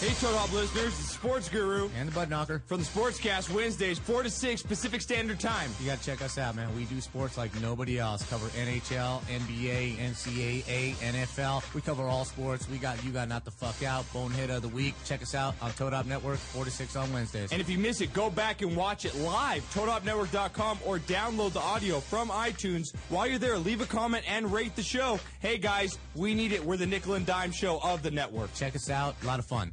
Speaker 18: Hey, Toad Hop listeners, the sports guru. And the butt knocker. From the Sportscast Wednesdays, 4 to 6 Pacific Standard Time.
Speaker 19: You got to check us out, man. We do sports like nobody else. Cover NHL, NBA, NCAA, NFL. We cover all sports. We got You Got Not the Fuck Out, Bonehead of the Week. Check us out on Toad Hop Network, 4 to 6 on Wednesdays.
Speaker 18: And if you miss it, go back and watch it live, toadhopnetwork.com, or download the audio from iTunes. While you're there, leave a comment and rate the show. Hey, guys, we need it. We're the nickel and dime show of the network.
Speaker 19: Check us out. A lot of fun.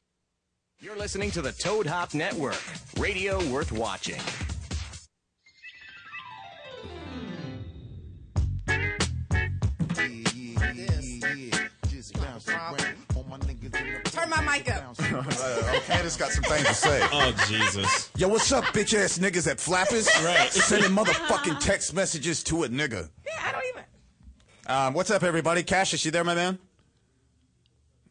Speaker 1: You're listening to the Toad Hop Network, radio worth watching.
Speaker 13: Turn my mic up.
Speaker 4: Uh, okay, just got some things to say.
Speaker 10: Oh, Jesus.
Speaker 4: Yo, what's up, bitch ass niggas at Flappers?
Speaker 10: Right.
Speaker 4: Sending motherfucking text messages to a nigga.
Speaker 13: Yeah, I don't even.
Speaker 4: Um, what's up, everybody? Cassius, you there, my man?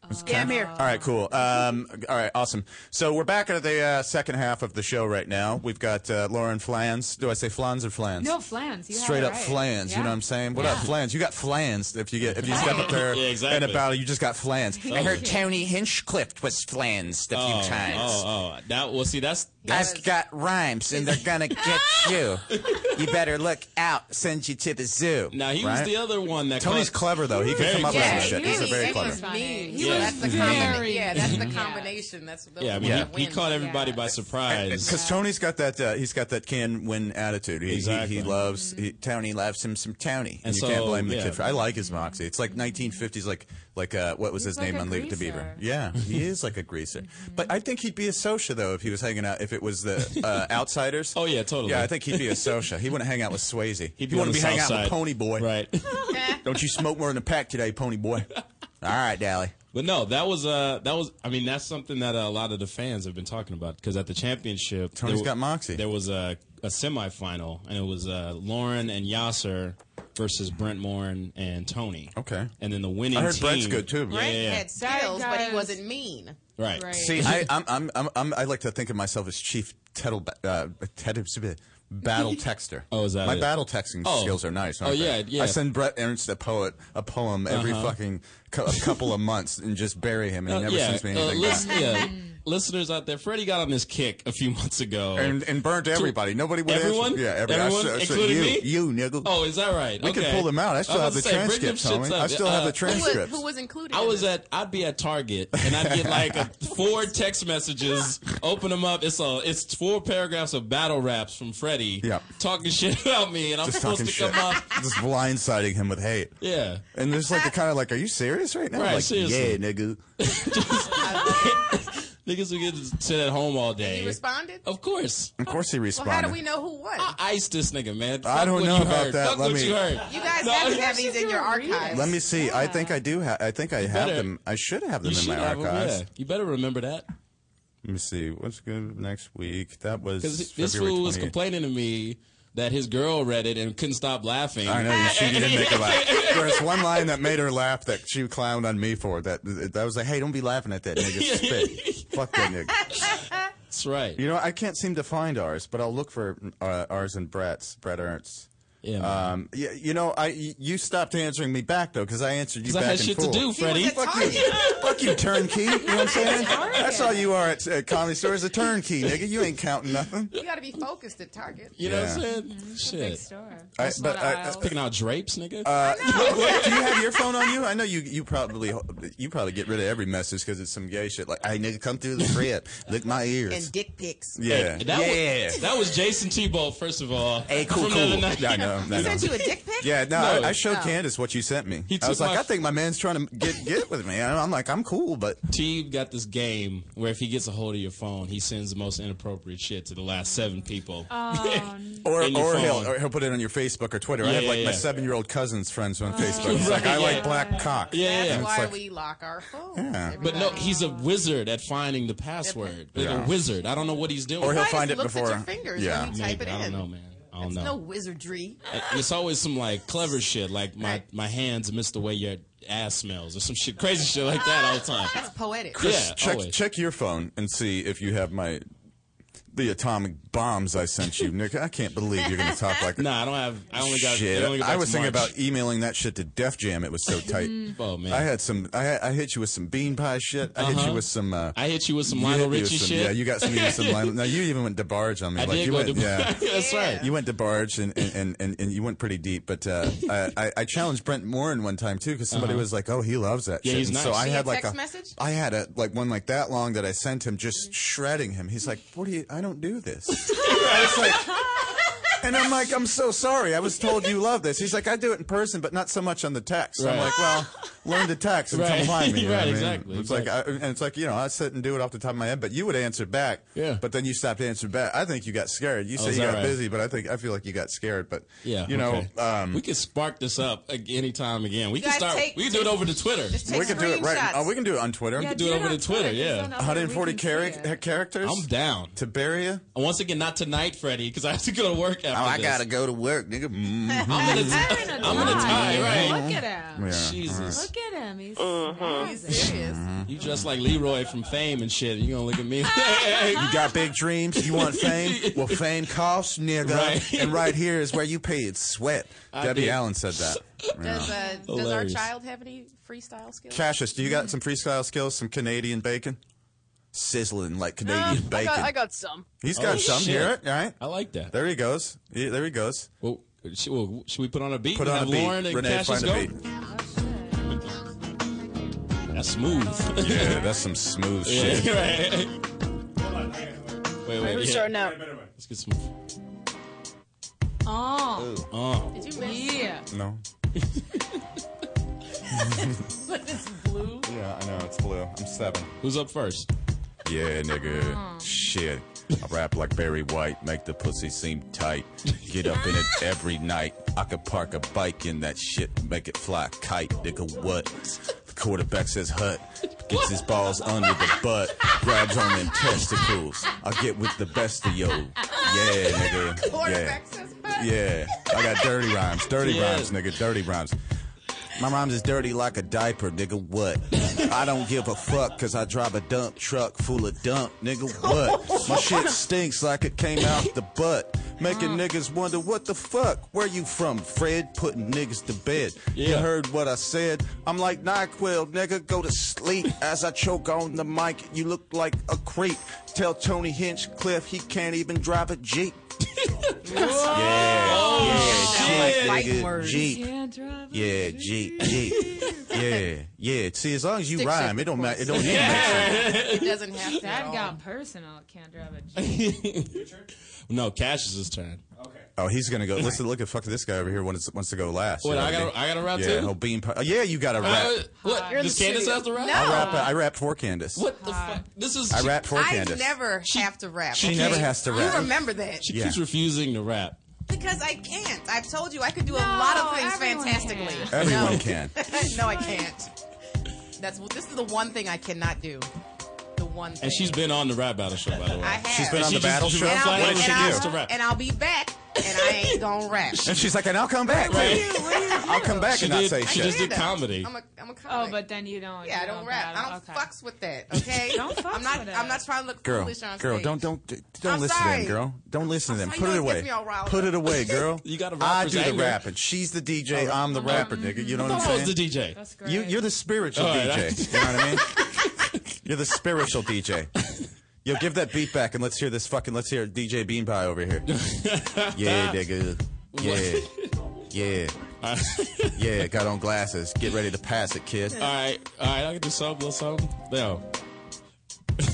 Speaker 13: Uh, Yeah, I'm here.
Speaker 4: All right, cool. Um, all right, awesome. So we're back at the uh, second half of the show right now. We've got uh, Lauren Flans. Do I say Flans or Flans?
Speaker 5: No flans. You have
Speaker 4: Straight
Speaker 5: it
Speaker 4: up
Speaker 5: right.
Speaker 4: flans, you know what I'm saying? What up, flans? You got flans if you get if you step up there
Speaker 10: Yeah, exactly.
Speaker 4: and about you just got flans.
Speaker 10: I heard
Speaker 4: Tony Hinchcliffe was flansed
Speaker 10: oh, Oh, oh, that well. See, that's
Speaker 4: I've got rhymes and they're gonna get you. You better look out. Send you to the zoo.
Speaker 10: now he was the other one that
Speaker 4: Tony's
Speaker 10: caught-
Speaker 4: clever though. He can
Speaker 10: Very
Speaker 4: come up with
Speaker 10: clever.
Speaker 4: some shit. He's a very clever.
Speaker 13: Me.
Speaker 10: Yeah.
Speaker 13: That's the combination. Yeah, that's the combination. That's that's
Speaker 10: Yeah, I mean,
Speaker 13: what
Speaker 10: He, he
Speaker 13: wins.
Speaker 10: caught everybody by surprise.
Speaker 4: Because Tony's got that, uh, he's got that can win attitude. He, he- He, loves
Speaker 10: Mm-hmm.
Speaker 4: he, Tony. Loves him some Tony, and,
Speaker 10: And
Speaker 4: you
Speaker 10: so,
Speaker 4: can't blame the
Speaker 10: yeah.
Speaker 4: kid for. I like his moxie. It's like 1950s, like like uh, what was his
Speaker 10: like
Speaker 4: name
Speaker 10: a
Speaker 4: on Leave It to
Speaker 10: greaser. Mm-hmm.
Speaker 4: Beaver? Yeah, he is like a greaser. But I think he'd be a social though if he was hanging out. If it was the uh, Outsiders. oh
Speaker 10: yeah, totally.
Speaker 4: Yeah, I think he'd be a social. He wouldn't hang out with Swayze. He'd
Speaker 10: be
Speaker 4: he
Speaker 10: on
Speaker 4: wouldn't
Speaker 10: the
Speaker 4: be hanging
Speaker 10: south
Speaker 4: out with
Speaker 10: side.
Speaker 4: Pony Boy.
Speaker 10: Right.
Speaker 4: Don't you smoke more than a pack today, Pony Boy? All right, Dally.
Speaker 10: But no, that was uh, that was. I mean, that's something that uh, a lot of the fans have been talking about because at the championship,
Speaker 4: Tony's
Speaker 10: there,
Speaker 4: got moxie.
Speaker 10: There was a a semifinal, and it was uh, Lauren and Yasser versus Brent Morin and Tony.
Speaker 4: Okay,
Speaker 10: and then the winning.
Speaker 4: I heard Brent's
Speaker 10: team-
Speaker 4: good, too.
Speaker 10: Yeah, yeah, yeah.
Speaker 13: had skills, but
Speaker 5: guys.
Speaker 13: he wasn't mean.
Speaker 10: Right.
Speaker 4: See, I, I'm, I'm, I'm, I'm, I like to think of myself as chief tettle, uh, tet- battle texter.
Speaker 10: Oh, is that
Speaker 4: my
Speaker 10: it?
Speaker 4: battle texting
Speaker 10: Oh.
Speaker 4: skills are nice?
Speaker 10: Oh,
Speaker 4: aren't
Speaker 10: yeah,
Speaker 4: they?
Speaker 10: yeah.
Speaker 4: I send Brett Ernst a poet, a poem every
Speaker 10: Uh-huh.
Speaker 4: fucking cou- a couple of months and just bury him, and
Speaker 10: Uh,
Speaker 4: he never
Speaker 10: yeah,
Speaker 4: sends me
Speaker 10: uh,
Speaker 4: anything.
Speaker 10: lis-
Speaker 4: back.
Speaker 10: yeah, listeners out there, Freddie got on this kick a few months ago
Speaker 4: And, and burnt
Speaker 10: To-
Speaker 4: everybody. Nobody would
Speaker 10: Everyone,
Speaker 4: Answer. Yeah, every, I
Speaker 10: everyone,
Speaker 4: should- I should-
Speaker 10: including
Speaker 4: you,
Speaker 10: me.
Speaker 4: You nigga.
Speaker 10: Oh, is that right?
Speaker 4: We
Speaker 10: okay.
Speaker 4: can pull them out. I still
Speaker 10: was
Speaker 4: have
Speaker 10: about to
Speaker 4: the
Speaker 10: say, bring them
Speaker 4: transcript, Tony.
Speaker 10: shits up. Uh,
Speaker 4: I still have the
Speaker 13: Who was,
Speaker 4: transcript.
Speaker 13: who was included?
Speaker 10: I was at I'd be at Target and I'd get like a, four text messages. Open them up. It's a it's four paragraphs of battle raps from Freddie.
Speaker 4: Yeah.
Speaker 10: talking shit about me, and I'm
Speaker 4: Just
Speaker 10: supposed
Speaker 4: talking
Speaker 10: to
Speaker 4: shit.
Speaker 10: come up.
Speaker 4: Just blindsiding him with hate.
Speaker 10: Yeah,
Speaker 4: And there's like the kind of like, are you serious right now?
Speaker 10: Right,
Speaker 4: like,
Speaker 10: seriously.
Speaker 4: yeah, nigga.
Speaker 10: Niggas who get to sit at home all day.
Speaker 13: He responded?
Speaker 10: Of course.
Speaker 4: Of course he
Speaker 13: Well, how do we know who won?
Speaker 10: Ice this nigga, man.
Speaker 4: I
Speaker 10: Fuck
Speaker 4: don't
Speaker 10: what
Speaker 4: know
Speaker 10: you
Speaker 4: about
Speaker 10: heard.
Speaker 4: that.
Speaker 10: Fuck
Speaker 4: Let
Speaker 10: what
Speaker 4: me-
Speaker 10: you heard.
Speaker 13: You guys
Speaker 10: No,
Speaker 13: have
Speaker 10: you
Speaker 13: to have these in your archives.
Speaker 4: Let me see. I think I do have. I think I have
Speaker 10: better-
Speaker 4: them. I should have them
Speaker 10: You
Speaker 4: in
Speaker 10: should
Speaker 4: my
Speaker 10: have them,
Speaker 4: archives.
Speaker 10: yeah. You better remember that.
Speaker 4: Let me see. What's good next week? That was
Speaker 10: Because this
Speaker 4: February
Speaker 10: fool was
Speaker 4: 28th.
Speaker 10: complaining to me that his girl read it and couldn't stop laughing.
Speaker 4: I know you she didn't make her laugh. There was one line that made her laugh that she clowned on me for. That that was like, hey, don't be laughing at that nigga. Spit. Fuck that nigga.
Speaker 10: That's right.
Speaker 4: You know, I can't seem to find ours, but I'll look for uh, ours and Brett's, Brett Ernst's.
Speaker 10: Yeah,
Speaker 4: um, you, you know, I y- you stopped answering me back though because I answered you
Speaker 10: 'Cause I
Speaker 4: back
Speaker 10: had
Speaker 4: and
Speaker 10: shit to
Speaker 4: forth.
Speaker 10: do, He was Freddie. a
Speaker 4: Fuck you, fuck you, turnkey. You know what I'm saying? That's all you are at, at comedy store is a turnkey, nigga. You ain't counting nothing.
Speaker 13: You got to be focused at Target.
Speaker 4: You know what I'm Yeah. saying?
Speaker 10: Shit.
Speaker 4: I- but I-
Speaker 10: It's picking out drapes, nigga.
Speaker 4: Uh, do you have your phone on you? I know you. You probably you probably get rid of every message because it's some gay shit. Like, hey nigga, come through the thread, lick my ears.
Speaker 13: And dick pics.
Speaker 4: yeah,
Speaker 10: Hey, that
Speaker 4: yeah.
Speaker 10: Was, that was Jason Tebow, first of all. Hey,
Speaker 4: cool,
Speaker 10: from the other
Speaker 4: cool. Oh.
Speaker 10: night.
Speaker 4: I know, I He sent know. you a
Speaker 13: dick pic?
Speaker 4: Yeah, no, I, I showed
Speaker 13: No.
Speaker 4: Candace what you sent me.
Speaker 10: He
Speaker 4: I was
Speaker 10: took
Speaker 4: like,
Speaker 10: my-
Speaker 4: I think my man's trying to get get with me. And I'm like, I'm cool, but
Speaker 10: Teeb got this game where if he gets a hold of your phone, he sends the most inappropriate shit to the last seven people.
Speaker 5: Oh,
Speaker 4: or
Speaker 10: In your
Speaker 4: or he'll,
Speaker 10: phone.
Speaker 4: or he'll put it on your Facebook or Twitter. I
Speaker 10: Yeah,
Speaker 4: have like
Speaker 10: yeah,
Speaker 4: my
Speaker 10: yeah.
Speaker 4: seven year old cousin's friends on Facebook. It's like
Speaker 10: Right,
Speaker 4: I
Speaker 10: yeah.
Speaker 4: like black cock.
Speaker 10: Yeah, yeah.
Speaker 13: Oh. That's
Speaker 4: And
Speaker 13: why
Speaker 4: it's like,
Speaker 13: we lock our phones.
Speaker 10: But no, he's a wizard at finding the password. Like
Speaker 4: Yeah.
Speaker 10: a wizard. I don't know what he's doing.
Speaker 4: Or he'll
Speaker 13: Probably
Speaker 4: find
Speaker 13: just
Speaker 4: it
Speaker 13: looks at
Speaker 4: before.
Speaker 13: your fingers
Speaker 10: yeah,
Speaker 13: when you type
Speaker 10: Maybe.
Speaker 13: it
Speaker 10: I
Speaker 13: in.
Speaker 10: don't know, man. I
Speaker 4: Oh,
Speaker 10: don't
Speaker 13: It's no
Speaker 10: know.
Speaker 13: wizardry.
Speaker 10: Uh, It's always some like clever shit, like my my hands miss the way your ass smells, or some shit crazy shit like that all the time.
Speaker 13: That's poetic.
Speaker 4: Chris,
Speaker 10: Yeah,
Speaker 4: check
Speaker 10: always.
Speaker 4: check your phone and see if you have my the atomic bombs I sent you, Nick. I can't believe you're going to talk like.
Speaker 10: No, I don't have. I only got.
Speaker 4: shit.
Speaker 10: I, only got
Speaker 4: I
Speaker 10: back
Speaker 4: was
Speaker 10: to
Speaker 4: thinking
Speaker 10: March.
Speaker 4: about emailing that shit to Def Jam. It was so tight.
Speaker 10: oh man,
Speaker 4: I had some. I, had, I hit you with some bean pie shit. I hit
Speaker 10: Uh-huh.
Speaker 4: you with some. Uh,
Speaker 10: I hit you with some
Speaker 4: you
Speaker 10: Lionel
Speaker 4: hit me with
Speaker 10: Richie
Speaker 4: some-
Speaker 10: shit.
Speaker 4: Yeah, you got some. You got some Lionel. No, you even went to barge on me.
Speaker 10: I
Speaker 4: like
Speaker 10: did
Speaker 4: you
Speaker 10: go
Speaker 4: went,
Speaker 10: to-
Speaker 4: yeah.
Speaker 10: That's right.
Speaker 4: You went to barge and and, and, and, and you went pretty deep. But uh, I, I I challenged Brent Morin one time too because somebody
Speaker 10: Uh-huh.
Speaker 4: was like, "Oh, he loves that
Speaker 10: Yeah,
Speaker 4: shit."
Speaker 10: he's
Speaker 4: and so
Speaker 10: nice.
Speaker 4: I
Speaker 10: Via
Speaker 4: had like
Speaker 10: text
Speaker 4: a
Speaker 10: message?
Speaker 4: I had a like one like that long that I sent him, just shredding him. He's like, "What do you? I don't do this." I was like. And I'm like, I'm so sorry. I was told you love this. He's like, I do it in person, but not so much on the text. I'm
Speaker 10: Right.
Speaker 4: like, well, learn to text and
Speaker 10: Right.
Speaker 4: come find me. you know
Speaker 10: Right,
Speaker 4: what I mean?
Speaker 10: exactly,
Speaker 4: It's like, I, and it's like, you know, I sit and do it off the top of my head, but you would answer back.
Speaker 10: Yeah.
Speaker 4: But then you stopped answering back. I think you got scared. You
Speaker 10: Oh,
Speaker 4: say
Speaker 10: is
Speaker 4: you
Speaker 10: that
Speaker 4: got
Speaker 10: right?
Speaker 4: busy, but I think I feel like you got scared. But
Speaker 10: Yeah,
Speaker 4: you know,
Speaker 10: okay.
Speaker 4: um,
Speaker 10: we can spark this up ag- anytime again. We
Speaker 13: You
Speaker 10: can
Speaker 13: guys
Speaker 10: start.
Speaker 13: take-
Speaker 10: we can do it over the Twitter.
Speaker 13: take
Speaker 4: we can do it right.
Speaker 13: screenshots.
Speaker 4: Oh, we can do it on Twitter.
Speaker 10: We can do it over the Twitter. yeah,
Speaker 4: 140 chari- characters.
Speaker 10: I'm down.
Speaker 4: to bury you.
Speaker 10: Once again, not tonight, Freddie, because I have to go to work after
Speaker 4: Oh, I
Speaker 10: this.
Speaker 4: gotta go to work, nigga. Mm.
Speaker 10: I'm gonna, t-
Speaker 5: I'm
Speaker 10: I'm gonna tie, right?
Speaker 5: Look at him.
Speaker 4: Yeah, Uh-huh.
Speaker 10: Jesus.
Speaker 5: Look at him. He's
Speaker 13: He's serious.
Speaker 4: Mm-hmm.
Speaker 10: You dressed like Leroy from Fame and shit. and You gonna look at me?
Speaker 4: You got big dreams. You want fame? Well, fame costs, nigga.
Speaker 10: Right.
Speaker 4: And right here is where you pay in sweat.
Speaker 10: I
Speaker 4: Debbie
Speaker 10: did.
Speaker 4: Allen said that.
Speaker 13: Does,
Speaker 4: Yeah.
Speaker 13: uh, does our
Speaker 4: Hilarious.
Speaker 13: child have any freestyle skills?
Speaker 4: Cassius, do you got some freestyle skills? Some Canadian bacon? Sizzling like Canadian
Speaker 6: I
Speaker 4: bacon.
Speaker 6: got, I got some.
Speaker 4: He's got
Speaker 10: Oh,
Speaker 4: some.
Speaker 10: shit.
Speaker 4: Hear it? All right.
Speaker 10: I like that.
Speaker 4: There he goes. He- there he goes.
Speaker 10: Well, should, well, should we put on a beat?
Speaker 4: Put
Speaker 10: and
Speaker 4: on a
Speaker 10: have
Speaker 4: beat.
Speaker 10: Lauren and
Speaker 4: Renee,
Speaker 10: Cassius
Speaker 4: find
Speaker 10: go?
Speaker 4: a beat.
Speaker 10: That's smooth.
Speaker 4: Yeah, that's some smooth
Speaker 10: Yeah,
Speaker 4: shit.
Speaker 10: right. Uh, Wait, wait.
Speaker 6: We're
Speaker 10: yeah.
Speaker 6: starting out.
Speaker 10: Let's get some.
Speaker 5: Oh.
Speaker 10: Oh.
Speaker 5: Did you miss Yeah.
Speaker 4: No.
Speaker 5: Look, it's blue.
Speaker 4: Yeah, I know. It's blue. I'm seven.
Speaker 10: Who's up first?
Speaker 4: Yeah, nigga. Shit. I rap like Barry White, make the pussy seem tight. Get up in it every night. I could park a bike in that shit, make it fly a kite, nigga. What? The quarterback says hut, gets his balls under the butt, grabs on them testicles. I get with the best of yo. Yeah, nigga. Yeah.
Speaker 13: Quarterback says butt.
Speaker 4: Yeah, I got dirty rhymes, dirty
Speaker 10: Yeah.
Speaker 4: rhymes, nigga, dirty rhymes. My rhymes is dirty like a diaper, nigga, what? I don't give a fuck, cause I drive a dump truck full of dump, nigga, what? My shit stinks like it came out the butt. Making niggas wonder what the fuck, where you from, Fred? Putting niggas to bed. You
Speaker 10: Yeah.
Speaker 4: heard what I said? I'm like NyQuil, nigga, go to sleep. As I choke on the mic, you look like a creep. Tell Tony Hinchcliffe he can't even drive a Jeep. Yeah.
Speaker 10: Oh, shit.
Speaker 4: yeah, Jeep,
Speaker 10: Fighting
Speaker 4: nigga,
Speaker 10: words.
Speaker 4: Jeep.
Speaker 10: Can't drive
Speaker 4: Yeah, Jeep, Jeep. Yeah, yeah. See, as long as you
Speaker 13: Stick
Speaker 4: rhyme,
Speaker 13: shift,
Speaker 4: it don't
Speaker 13: of
Speaker 4: matter. It
Speaker 13: course.
Speaker 4: don't need to make sense.
Speaker 13: It doesn't have to. at
Speaker 5: That
Speaker 13: all.
Speaker 5: got personal. Can't drive a Jeep.
Speaker 10: No, Cash's turn.
Speaker 18: Okay.
Speaker 4: Oh, he's gonna go. Listen, look at fuck this guy over here wants wants to go last.
Speaker 10: What,
Speaker 4: You know
Speaker 10: I
Speaker 4: what
Speaker 10: gotta-
Speaker 4: mean?
Speaker 10: I gotta rap
Speaker 4: yeah,
Speaker 10: too?
Speaker 4: he'll bean po- oh, yeah, you got to rap.
Speaker 10: Uh, what?
Speaker 6: You're in
Speaker 10: Does
Speaker 6: the
Speaker 10: Candace
Speaker 6: studio.
Speaker 10: have to rap?
Speaker 6: No.
Speaker 4: I rap. I rap for Candace.
Speaker 10: What the fuck? This is.
Speaker 4: I rap for
Speaker 6: I
Speaker 4: Candace.
Speaker 6: never have to rap.
Speaker 4: she
Speaker 6: okay?
Speaker 4: never has to rap.
Speaker 6: You remember that.
Speaker 10: She keeps refusing to rap.
Speaker 6: Because I can't. I've told you I could do a lot of things fantastically.
Speaker 4: Everyone
Speaker 6: no.
Speaker 4: can.
Speaker 6: no, I can't. That's this is the one thing I cannot do. The one thing.
Speaker 10: And she's been on the rap battle show, by the way.
Speaker 6: I have.
Speaker 4: She's been
Speaker 10: And
Speaker 4: on
Speaker 10: she
Speaker 4: the battle
Speaker 10: just-
Speaker 4: show?
Speaker 10: She raps
Speaker 4: And
Speaker 10: like
Speaker 4: I'll-
Speaker 10: what she
Speaker 4: and
Speaker 10: gets
Speaker 4: I'll-
Speaker 10: to rap.
Speaker 6: And I'll be back, and I ain't gonna rap.
Speaker 4: And she's like, and I'll come back. I'll come back
Speaker 10: She
Speaker 4: and not
Speaker 10: did-
Speaker 4: say
Speaker 10: she
Speaker 4: shit.
Speaker 10: just did comedy.
Speaker 6: I'm a, I'm a comic.
Speaker 5: Oh, but then you don't.
Speaker 6: Yeah,
Speaker 5: you
Speaker 6: I don't rap. I
Speaker 5: battle.
Speaker 6: don't
Speaker 5: Okay.
Speaker 6: fucks with that. Okay,
Speaker 5: Don't fucks
Speaker 6: I'm not.
Speaker 5: with it.
Speaker 6: I'm not trying to look
Speaker 4: Girl,
Speaker 6: foolish on
Speaker 4: girl,
Speaker 6: stage.
Speaker 4: don't don't don't
Speaker 6: I'm
Speaker 4: listen to
Speaker 6: sorry.
Speaker 4: them, girl. Don't listen to them.
Speaker 6: sorry,
Speaker 4: Put
Speaker 6: you
Speaker 4: it
Speaker 6: know it gets
Speaker 4: away.
Speaker 6: me all riled
Speaker 4: Put
Speaker 6: up.
Speaker 4: it away, girl.
Speaker 10: You gotta
Speaker 4: I
Speaker 10: rapper's
Speaker 4: do the
Speaker 10: anger.
Speaker 4: rapping. She's the DJ. I'm the rapper, nigga. You know
Speaker 10: I
Speaker 4: what I'm
Speaker 10: thought I
Speaker 4: saying?
Speaker 10: was the DJ. That's great.
Speaker 4: You, you're the spiritual
Speaker 10: All right,
Speaker 4: DJ. you know what I mean? You're the spiritual DJ. Yo, give that beat back and let's hear this fucking. Let's hear DJ Bean Pie over here. yeah, nigga. Yeah, yeah, yeah. Got on glasses. Get ready to pass it, kid.
Speaker 10: All right, all right. I can do something, little something. Now,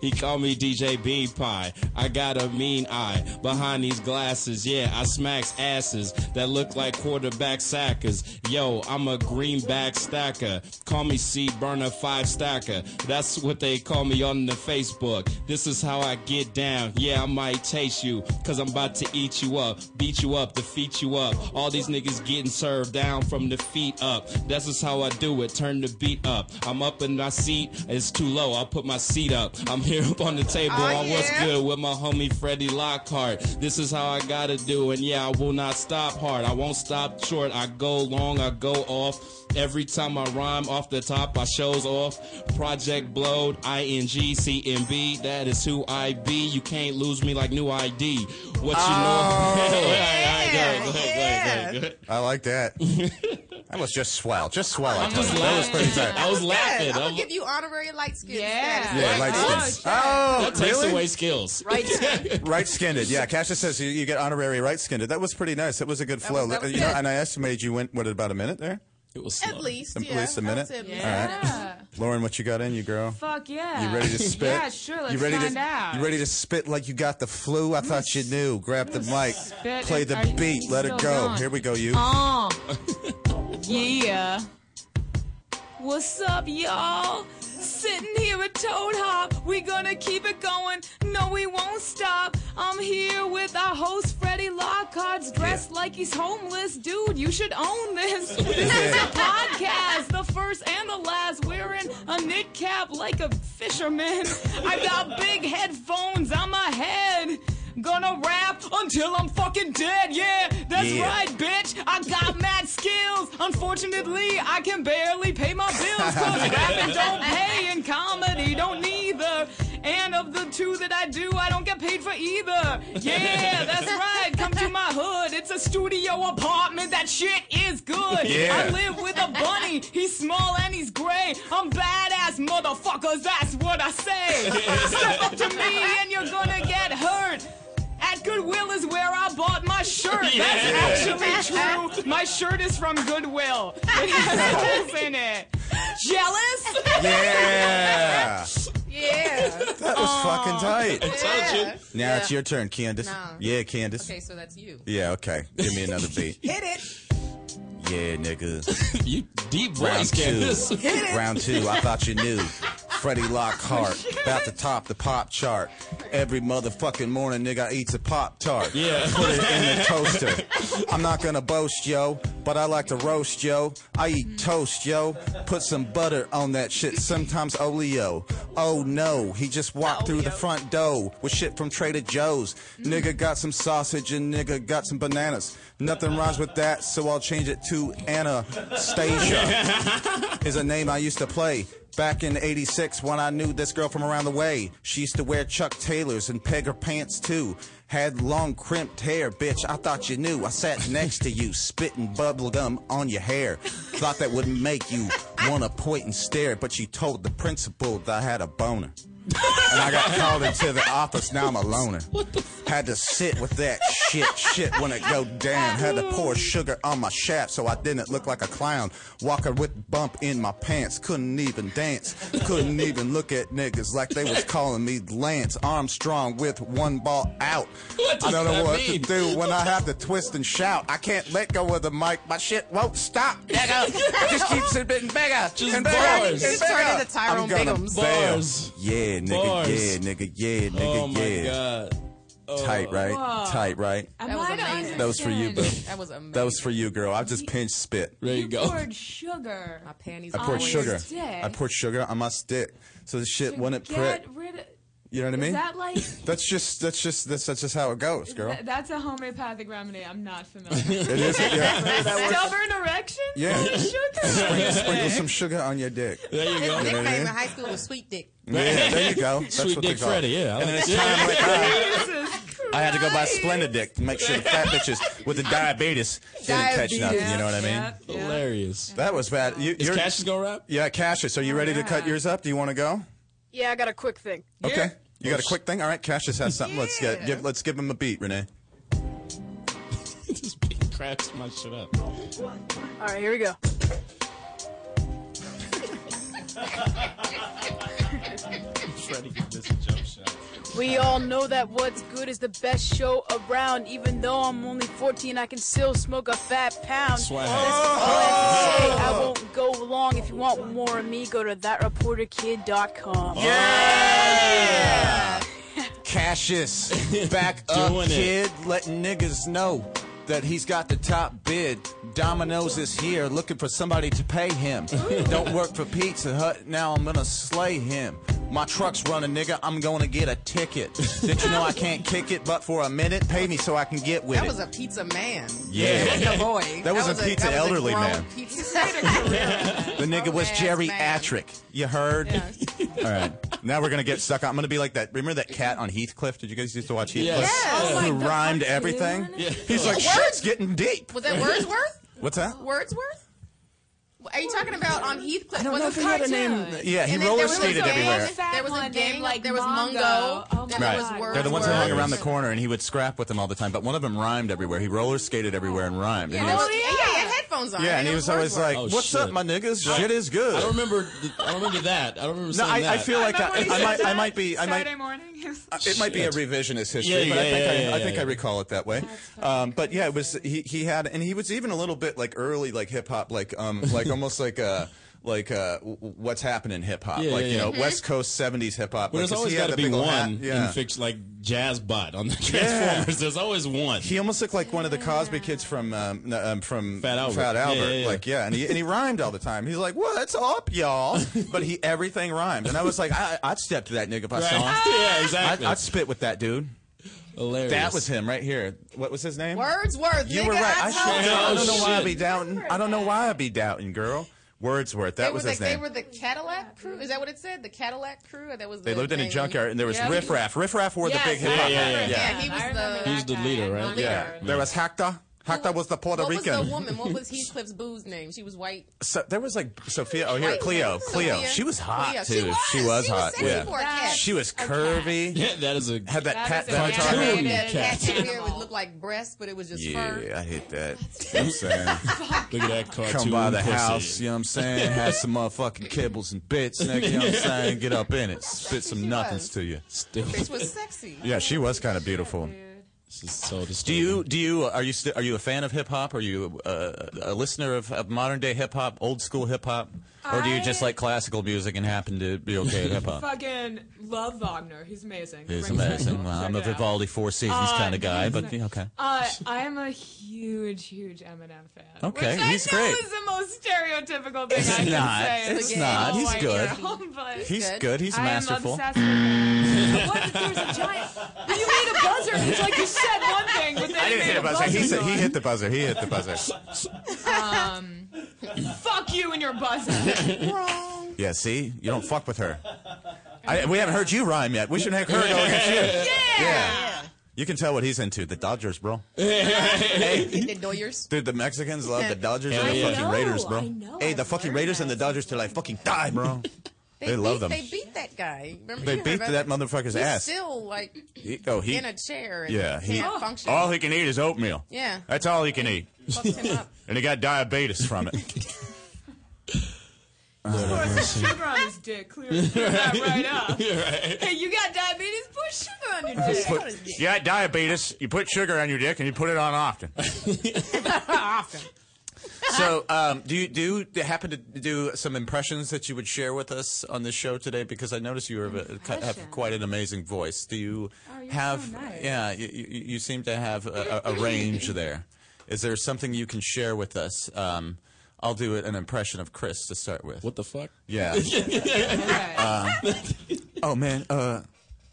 Speaker 10: he called me DJ Bean Pie. I got a mean eye behind these glasses. Yeah, I smacks asses that look like quarterback sackers. Yo, I'm a greenback stacker. Call me C Burner Five Stacker. That's what they call me on the Facebook. This is how I get down. Yeah, I might chase you, cause I'm about to eat you up, beat you up, defeat you up. All these niggas getting served down from the feet up. That's just how I do it. Turn the beat up. I'm up in my seat. It's too low. I'll put my seat up. I'm here up on the table.
Speaker 20: Oh,
Speaker 10: on what's
Speaker 20: yeah.
Speaker 10: good with my homie Freddie Lockhart. This is how I gotta do. And yeah, I will not stop hard. I won't stop short. I go long. I go off. Every time I rhyme off the top, I shows off. Project Blowed, ING, CMB. That is who I be. You can't lose me like new ID. What you know? All right, all right, go ahead, go ahead, go ahead, go ahead.
Speaker 4: I like that. that was just swell. Just swell. I
Speaker 10: I'm
Speaker 4: tell
Speaker 10: just
Speaker 4: you. That was pretty
Speaker 10: laughing.
Speaker 4: tight.
Speaker 10: I was laughing.
Speaker 6: I'm
Speaker 10: I'm-
Speaker 6: gonna give you honorary light skin.
Speaker 5: Yeah.
Speaker 4: Yeah, light skins. Oh,
Speaker 10: that takes
Speaker 4: really?
Speaker 10: away skills.
Speaker 6: Right.
Speaker 4: Right skinned, yeah. Cassius says you, you get honorary right skinned. That was pretty nice. That was a good flow.
Speaker 6: that was
Speaker 4: You know,
Speaker 6: good.
Speaker 4: and I estimated you went what about a minute there?
Speaker 10: It was
Speaker 6: At least,
Speaker 4: At
Speaker 6: yeah.
Speaker 4: least a minute.
Speaker 6: I would say at
Speaker 4: All right, Lauren, what you got in you, girl?
Speaker 5: Fuck yeah.
Speaker 4: You ready to spit?
Speaker 5: Yeah, sure. Let's
Speaker 4: you ready
Speaker 5: find
Speaker 4: to,
Speaker 5: out.
Speaker 4: You ready to spit like you got the flu? I thought you knew. Grab the mic,
Speaker 5: spit
Speaker 4: play
Speaker 5: it.
Speaker 4: the
Speaker 5: Are you
Speaker 4: beat, let
Speaker 5: still
Speaker 4: it go.
Speaker 5: going?
Speaker 4: Here we go, you.
Speaker 5: Oh. yeah. What's up, y'all? Sitting here at Toad Hop. We gonna keep it going. No, we won't stop. I'm here with our host, Freddie Lockhart's dressed like he's homeless. Dude, you should own this. This is a podcast. The first and the last. Wearing a knit cap like a fisherman. I got big headphones on my head. Gonna rap until I'm fucking dead. Yeah, that's
Speaker 20: Yeah.
Speaker 5: right, bitch. I got mad skills. Unfortunately, I can barely pay my bills because rapping don't pay and comedy don't neither. And of the two that I do, I don't get paid for either. Yeah, that's right. Come to my hood. It's a studio apartment. That shit is good.
Speaker 20: Yeah.
Speaker 5: I live with a bunny. He's small and he's gray. I'm badass motherfuckers. That's what I say. Step up to me and you're gonna get hurt. At Goodwill is where I bought my shirt. That's
Speaker 20: Yeah.
Speaker 5: actually true. My shirt is from Goodwill. It has holes in it. Jealous?
Speaker 4: Yeah.
Speaker 6: Yeah.
Speaker 4: That was fucking tight.
Speaker 6: Yeah.
Speaker 4: Now
Speaker 6: Yeah.
Speaker 4: it's your turn, Candace.
Speaker 6: No.
Speaker 4: Yeah, Candace.
Speaker 6: Okay, so that's you.
Speaker 4: Yeah, okay. Give me another beat.
Speaker 6: Hit it.
Speaker 4: Yeah, nigga.
Speaker 10: you deep
Speaker 4: round
Speaker 10: voice, Candace.
Speaker 4: two.
Speaker 10: Hit it.
Speaker 4: round two. I thought you knew. Freddie Lockhart, about to top the pop chart. Every motherfucking morning, nigga, I eats a pop tart.
Speaker 10: Yeah.
Speaker 4: put it in the toaster. I'm not gonna boast, yo, but I like to roast, yo. I eat toast, yo. Put some butter on that shit. Sometimes oleo. Oh no, he just walked through the front door with shit from Trader Joe's. Nigga got some sausage and nigga got some bananas. Nothing rhymes with that, so I'll change it to Anastasia. is a name I used to play. Back in 86, when I knew this girl from around the way, she used to wear Chuck Taylors and peg her pants too. Had long crimped hair, bitch. I thought you knew. I sat next to you, spitting bubblegum on your hair. Thought that would make you wanna point and stare, but you told the principal that I had a boner. and I got called into the office. Now I'm a loner. Had to sit with that shit, shit when it go down. Had to pour sugar on my shaft so I didn't look like a clown. Walker with bump in my pants. Couldn't even dance. Couldn't even look at niggas like they was calling me Lance Armstrong with one ball out.
Speaker 21: What
Speaker 4: I
Speaker 21: does
Speaker 4: don't know
Speaker 21: that
Speaker 4: what
Speaker 21: mean?
Speaker 4: to do when I have to twist and shout. I can't let go of the mic. My shit won't stop. Nigga. It just keeps getting bigger.
Speaker 21: Just
Speaker 4: and bigger
Speaker 21: bars.
Speaker 4: and
Speaker 21: Just
Speaker 4: bigger.
Speaker 21: turn into Tyrone
Speaker 4: I'm gonna
Speaker 21: Biggums.
Speaker 4: bail.
Speaker 21: Bars.
Speaker 4: Yeah, nigga.
Speaker 21: Bars.
Speaker 4: Yeah, nigga. Yeah, nigga.
Speaker 21: Oh, my
Speaker 4: yeah. God. Oh. Tight, right?
Speaker 6: Whoa.
Speaker 4: Tight, right?
Speaker 6: Am That was I to amazing.
Speaker 4: That was for you, boo.
Speaker 6: That was amazing.
Speaker 4: That was for you, girl. I just pinched spit. There you
Speaker 9: poured sugar. My panties.
Speaker 4: I poured sugar. I
Speaker 9: poured.
Speaker 4: poured sugar on my stick, so the shit wouldn't prick.
Speaker 9: Get rid of.
Speaker 4: You know what I
Speaker 9: Is
Speaker 4: mean?
Speaker 9: that like-
Speaker 4: That's just that's just that's, that's just how it goes, girl.
Speaker 9: Th- that's a homeopathic remedy. I'm not familiar.
Speaker 4: It is, yeah.
Speaker 9: Stubborn erection.
Speaker 4: Yeah. Sprinkle,
Speaker 9: Sugar.
Speaker 4: sprinkle some sugar on your dick. There you
Speaker 6: His nickname in high school was Sweet Dick.
Speaker 4: Yeah, there you go. That's
Speaker 10: Sweet
Speaker 4: what they
Speaker 10: Dick
Speaker 4: call it.
Speaker 10: Freddy, yeah, I
Speaker 4: And then
Speaker 10: like
Speaker 4: it's
Speaker 10: that.
Speaker 4: time like uh, I had to go buy Splendid Dick to make sure the fat bitches with the diabetes didn't catch
Speaker 10: Diabetes.
Speaker 4: nothing. You know what I mean?
Speaker 10: Yeah, yeah. Hilarious.
Speaker 4: That was bad. You,
Speaker 10: Is Cassius
Speaker 4: gonna wrap? Yeah, Cassius. Are you ready to cut yours up? Do you want to go?
Speaker 20: Yeah, I got a quick thing.
Speaker 4: Okay. You got a quick thing? All right, Cassius has something. Let's get give, let's give him a beat, Renee.
Speaker 10: Cracks my shit up.
Speaker 20: All right, here we go.
Speaker 10: Freddy can miss a jump shot.
Speaker 20: We all know that What's Good is the best show around. Even though I'm only 14, I can still smoke a fat pound.
Speaker 21: Swag.
Speaker 20: That's all I
Speaker 4: Oh.
Speaker 20: can say. I won't go long. If you want more of me, go to thatreporterkid.com.
Speaker 4: Cassius, back up,
Speaker 21: Doing it.
Speaker 4: kid. Letting niggas know that he's got the top bid. Domino's is here looking for somebody to pay him. Don't work for Pizza Hut, now I'm gonna slay him. My truck's running, nigga. I'm gonna get a ticket. Did you know I can't kick it, but for a minute, pay me so I can get with
Speaker 6: That
Speaker 4: it.
Speaker 6: was a pizza man.
Speaker 4: Yeah.
Speaker 6: Pizza boy.
Speaker 4: That was a pizza
Speaker 6: that was
Speaker 4: elderly
Speaker 6: grown
Speaker 4: man.
Speaker 6: Pizza.
Speaker 4: the nigga was Jerry Atrick. You heard? All right. Now we're gonna get stuck. on- I'm gonna be like that. Remember that cat on Heathcliff? Did you guys used to watch Heathcliff?
Speaker 21: Yes. Yes.
Speaker 4: Who
Speaker 21: Oh, like the
Speaker 4: rhymed
Speaker 21: cartoon.
Speaker 4: everything?
Speaker 21: Yeah.
Speaker 4: He's like, shit's getting deep.
Speaker 6: was that Wordsworth?
Speaker 4: What's that?
Speaker 6: Wordsworth? Are you talking about on Heathcliff?
Speaker 4: I don't
Speaker 6: was
Speaker 4: know
Speaker 6: a
Speaker 4: if he had a
Speaker 6: cartoon.
Speaker 4: name. Yeah,
Speaker 6: And
Speaker 4: he
Speaker 6: then there
Speaker 4: roller
Speaker 6: was a
Speaker 4: skated
Speaker 6: gang-
Speaker 4: everywhere.
Speaker 6: There was a gang like there was Mungo.
Speaker 9: Mongo. Oh my
Speaker 6: there was Wordsworth.
Speaker 4: They're the ones that hung around the corner, and he would scrap with them all the time. But one of them rhymed everywhere. He roller skated everywhere and rhymed.
Speaker 6: Yeah,
Speaker 4: and
Speaker 6: there
Speaker 4: he
Speaker 6: was,
Speaker 4: was,
Speaker 6: yeah, Oh, yeah, he had headphones on.
Speaker 4: yeah, and he was always like,
Speaker 10: Oh,
Speaker 4: "What's
Speaker 10: shit.
Speaker 4: up, my niggas?
Speaker 10: I-
Speaker 4: Shit is good."
Speaker 10: I don't remember. I don't remember that. I don't remember.
Speaker 4: No,
Speaker 10: saying
Speaker 4: I,
Speaker 10: that.
Speaker 4: I feel like I, I, might, I might be. I might,
Speaker 9: Saturday morning. He was-
Speaker 4: Uh, It might be a revisionist history,
Speaker 10: Yeah,
Speaker 4: but I
Speaker 10: yeah,
Speaker 4: think,
Speaker 10: yeah,
Speaker 4: I,
Speaker 10: yeah,
Speaker 4: I,
Speaker 10: yeah,
Speaker 4: think I
Speaker 10: yeah.
Speaker 4: recall it that way. Um, but yeah, it was he, he had, and he was even a little bit like early, like hip hop, like um, like almost like uh, like uh, w- w- what's happening hip hop,
Speaker 10: Yeah,
Speaker 4: like
Speaker 10: yeah,
Speaker 4: you
Speaker 10: yeah.
Speaker 4: know,
Speaker 10: Mhm.
Speaker 4: West Coast '70s hip hop.
Speaker 10: Well, there's
Speaker 4: like, 'cause
Speaker 10: always
Speaker 4: he had
Speaker 10: got to
Speaker 4: that
Speaker 10: be
Speaker 4: big old
Speaker 10: one
Speaker 4: hat. Yeah.
Speaker 10: in fix like jazz bot on the
Speaker 4: Yeah.
Speaker 10: Transformers. There's always one.
Speaker 4: He almost looked like one of the Cosby kids from um, no, um, from Fat
Speaker 10: Albert.
Speaker 4: Fat
Speaker 10: Yeah,
Speaker 4: Albert.
Speaker 10: yeah, yeah.
Speaker 4: Like yeah, and he, and he rhymed all the time. He's like, "What's up, y'all?" But he everything rhymed, and I was like, I, "I'd step to that nigga if I saw
Speaker 10: Right.
Speaker 4: him."
Speaker 10: Yeah, exactly.
Speaker 4: I'd, I'd spit with that dude. Hilarious. That was him right here. What was his name?
Speaker 6: Wordsworth.
Speaker 4: You
Speaker 6: nigga,
Speaker 4: were right.
Speaker 6: I,
Speaker 4: I,
Speaker 6: told
Speaker 4: should,
Speaker 6: you.
Speaker 4: I don't know why I
Speaker 6: They
Speaker 4: be doubting. I don't know why I be doubting, girl. Wordsworth. That
Speaker 6: were
Speaker 4: was
Speaker 6: the,
Speaker 4: his
Speaker 6: They
Speaker 4: name.
Speaker 6: were the Cadillac crew. Is that what it said? The Cadillac crew. Or that was.
Speaker 4: They
Speaker 6: the
Speaker 4: lived in a
Speaker 6: name?
Speaker 4: junkyard, and there was
Speaker 6: Yeah.
Speaker 4: Riff Raff. Riff Raff wore
Speaker 6: Yes,
Speaker 4: the big
Speaker 6: I
Speaker 4: hip hop
Speaker 6: remember
Speaker 4: hat.
Speaker 6: him. he was the.
Speaker 10: Who's the leader, right?
Speaker 4: Yeah. There was Hakta. Hakta was the Puerto
Speaker 6: What was
Speaker 4: Rican.
Speaker 6: the woman? What was Heathcliff's boo's name? She was white.
Speaker 4: So there was like Sophia. Oh, here,
Speaker 6: Wait,
Speaker 4: Cleo.
Speaker 6: Sophia.
Speaker 4: Cleo. She was hot
Speaker 6: Cleo.
Speaker 4: too.
Speaker 6: She was. She was
Speaker 4: hot.
Speaker 6: sexy
Speaker 4: yeah.
Speaker 6: for a cat.
Speaker 4: She was curvy. Yeah, that is a had that, cat
Speaker 6: That was
Speaker 4: that
Speaker 6: animated cat hair would look like breast, but it was just fur.
Speaker 4: Yeah, I hit that. You know what I'm saying?
Speaker 10: Look at that cartoon.
Speaker 4: Come by the
Speaker 10: pussy.
Speaker 4: house, you know what I'm saying? Have some motherfucking kibbles and bits, nigga, you know what I'm saying? Get up in it. Spit some nothings to you. Still.
Speaker 6: Bitch was sexy.
Speaker 4: Yeah, she was kind of beautiful.
Speaker 10: So dis-
Speaker 4: Do you do you are you sti- are you a fan of hip hop? Are you uh, a listener of, of modern day hip hop, old school hip hop, or do you just like classical music and happen to be okay at hip hop?
Speaker 9: Fucking love Wagner. He's amazing. Brings
Speaker 4: It's amazing.
Speaker 9: back-
Speaker 4: Well, I'm a
Speaker 9: check it out.
Speaker 4: Vivaldi Four Seasons
Speaker 6: Oh,
Speaker 9: Uh,
Speaker 4: kind of guy,
Speaker 9: he's
Speaker 4: but
Speaker 9: not-
Speaker 4: yeah, okay.
Speaker 9: Uh, I am a huge, huge Eminem fan.
Speaker 4: Okay,
Speaker 9: which
Speaker 4: he's
Speaker 9: I know
Speaker 4: great.
Speaker 9: is the most stereotypical thing I
Speaker 4: It's
Speaker 9: can
Speaker 4: not.
Speaker 9: say.
Speaker 4: It's
Speaker 9: Oh,
Speaker 4: not. He's good.
Speaker 9: he's
Speaker 4: He's good. He's masterful.
Speaker 9: I am obsessed with him. What? There's a giant. You made a buzzer. It's like you said one thing, but then
Speaker 4: I
Speaker 9: you
Speaker 4: didn't
Speaker 9: made
Speaker 4: hit a buzzer. He said he hit the buzzer. He hit the buzzer.
Speaker 9: Um, fuck you and your buzzer.
Speaker 4: Yeah, see, you don't fuck with her. I, we haven't heard you rhyme yet. We should make her go against you. Yeah. You can tell what he's into. The Dodgers, bro.
Speaker 6: The Doyers.
Speaker 4: Dude, the Mexicans love the Dodgers
Speaker 6: Hell
Speaker 4: and the
Speaker 6: yeah.
Speaker 4: fucking
Speaker 6: I know,
Speaker 4: Raiders, bro.
Speaker 6: I know.
Speaker 4: Hey, the fucking Raiders and the Dodgers till I fucking die, bro.
Speaker 6: They,
Speaker 4: They
Speaker 6: beat,
Speaker 4: love them.
Speaker 6: They beat that guy. Remember,
Speaker 4: They
Speaker 6: you
Speaker 4: beat
Speaker 6: remember?
Speaker 4: that motherfucker's
Speaker 6: He's
Speaker 4: ass.
Speaker 6: Still like
Speaker 4: He- oh, he-
Speaker 6: in a chair. And
Speaker 4: Yeah,
Speaker 6: he
Speaker 4: he,
Speaker 6: can't function.
Speaker 4: all he can eat is oatmeal.
Speaker 6: Yeah.
Speaker 4: That's all he can eat. and he got diabetes from it.
Speaker 9: sugar on his dick. Clearly, Put that right up. Hey, you got diabetes? Put sugar on your dick.
Speaker 4: Put- you got diabetes, you put sugar on your dick, and you put it on often.
Speaker 6: Often.
Speaker 4: so, um, do you do you happen to do some impressions that you would share with us on this show today? Because I noticed you have, a, have quite an amazing voice. Do you
Speaker 6: Oh,
Speaker 4: have? Yeah, you, you, you seem to have a, a a range there. Is there something you can share with us? Um, I'll do an impression of Chris to start with. What
Speaker 10: the fuck?
Speaker 4: Yeah. Um, oh man, uh,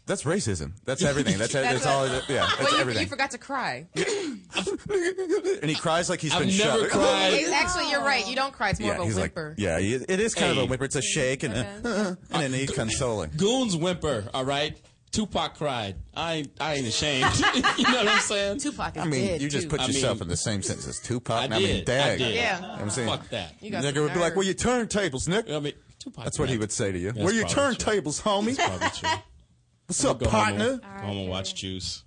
Speaker 4: that's racism. That's everything. That's, that's,
Speaker 6: That's
Speaker 4: all.
Speaker 6: a-
Speaker 4: it- yeah, that's
Speaker 6: well, you,
Speaker 4: everything.
Speaker 6: you forgot to cry.
Speaker 4: and he cries like he's
Speaker 10: I've
Speaker 4: been shot.
Speaker 10: never cried.
Speaker 6: It's actually, you're right. You don't cry. It's more of a
Speaker 4: he's like-
Speaker 6: whimper.
Speaker 4: yeah, it it is kind of
Speaker 10: Hey.
Speaker 4: a whimper. It's a shake and, a, and then he's consoling.
Speaker 10: Goons whimper, all right? Tupac cried. I ain't, I ain't ashamed. you know what I'm saying?
Speaker 6: Tupac
Speaker 4: I mean, you just put yourself in the same sentence as Tupac. and I mean,
Speaker 10: did, I
Speaker 4: dag.
Speaker 10: did.
Speaker 6: Yeah.
Speaker 4: You know what I'm saying,
Speaker 10: Fuck that. You got
Speaker 4: Nigga
Speaker 10: some
Speaker 4: would be
Speaker 10: nerve.
Speaker 4: like, "Where your turntables, Nick?"
Speaker 10: I mean, Tupac.
Speaker 4: That's what he would say to you.
Speaker 10: That's
Speaker 4: Where your
Speaker 10: probably
Speaker 4: turntables, homie? What's
Speaker 10: I'm
Speaker 4: up,
Speaker 10: gonna go home
Speaker 4: partner?
Speaker 10: and- Go home and watch Juice.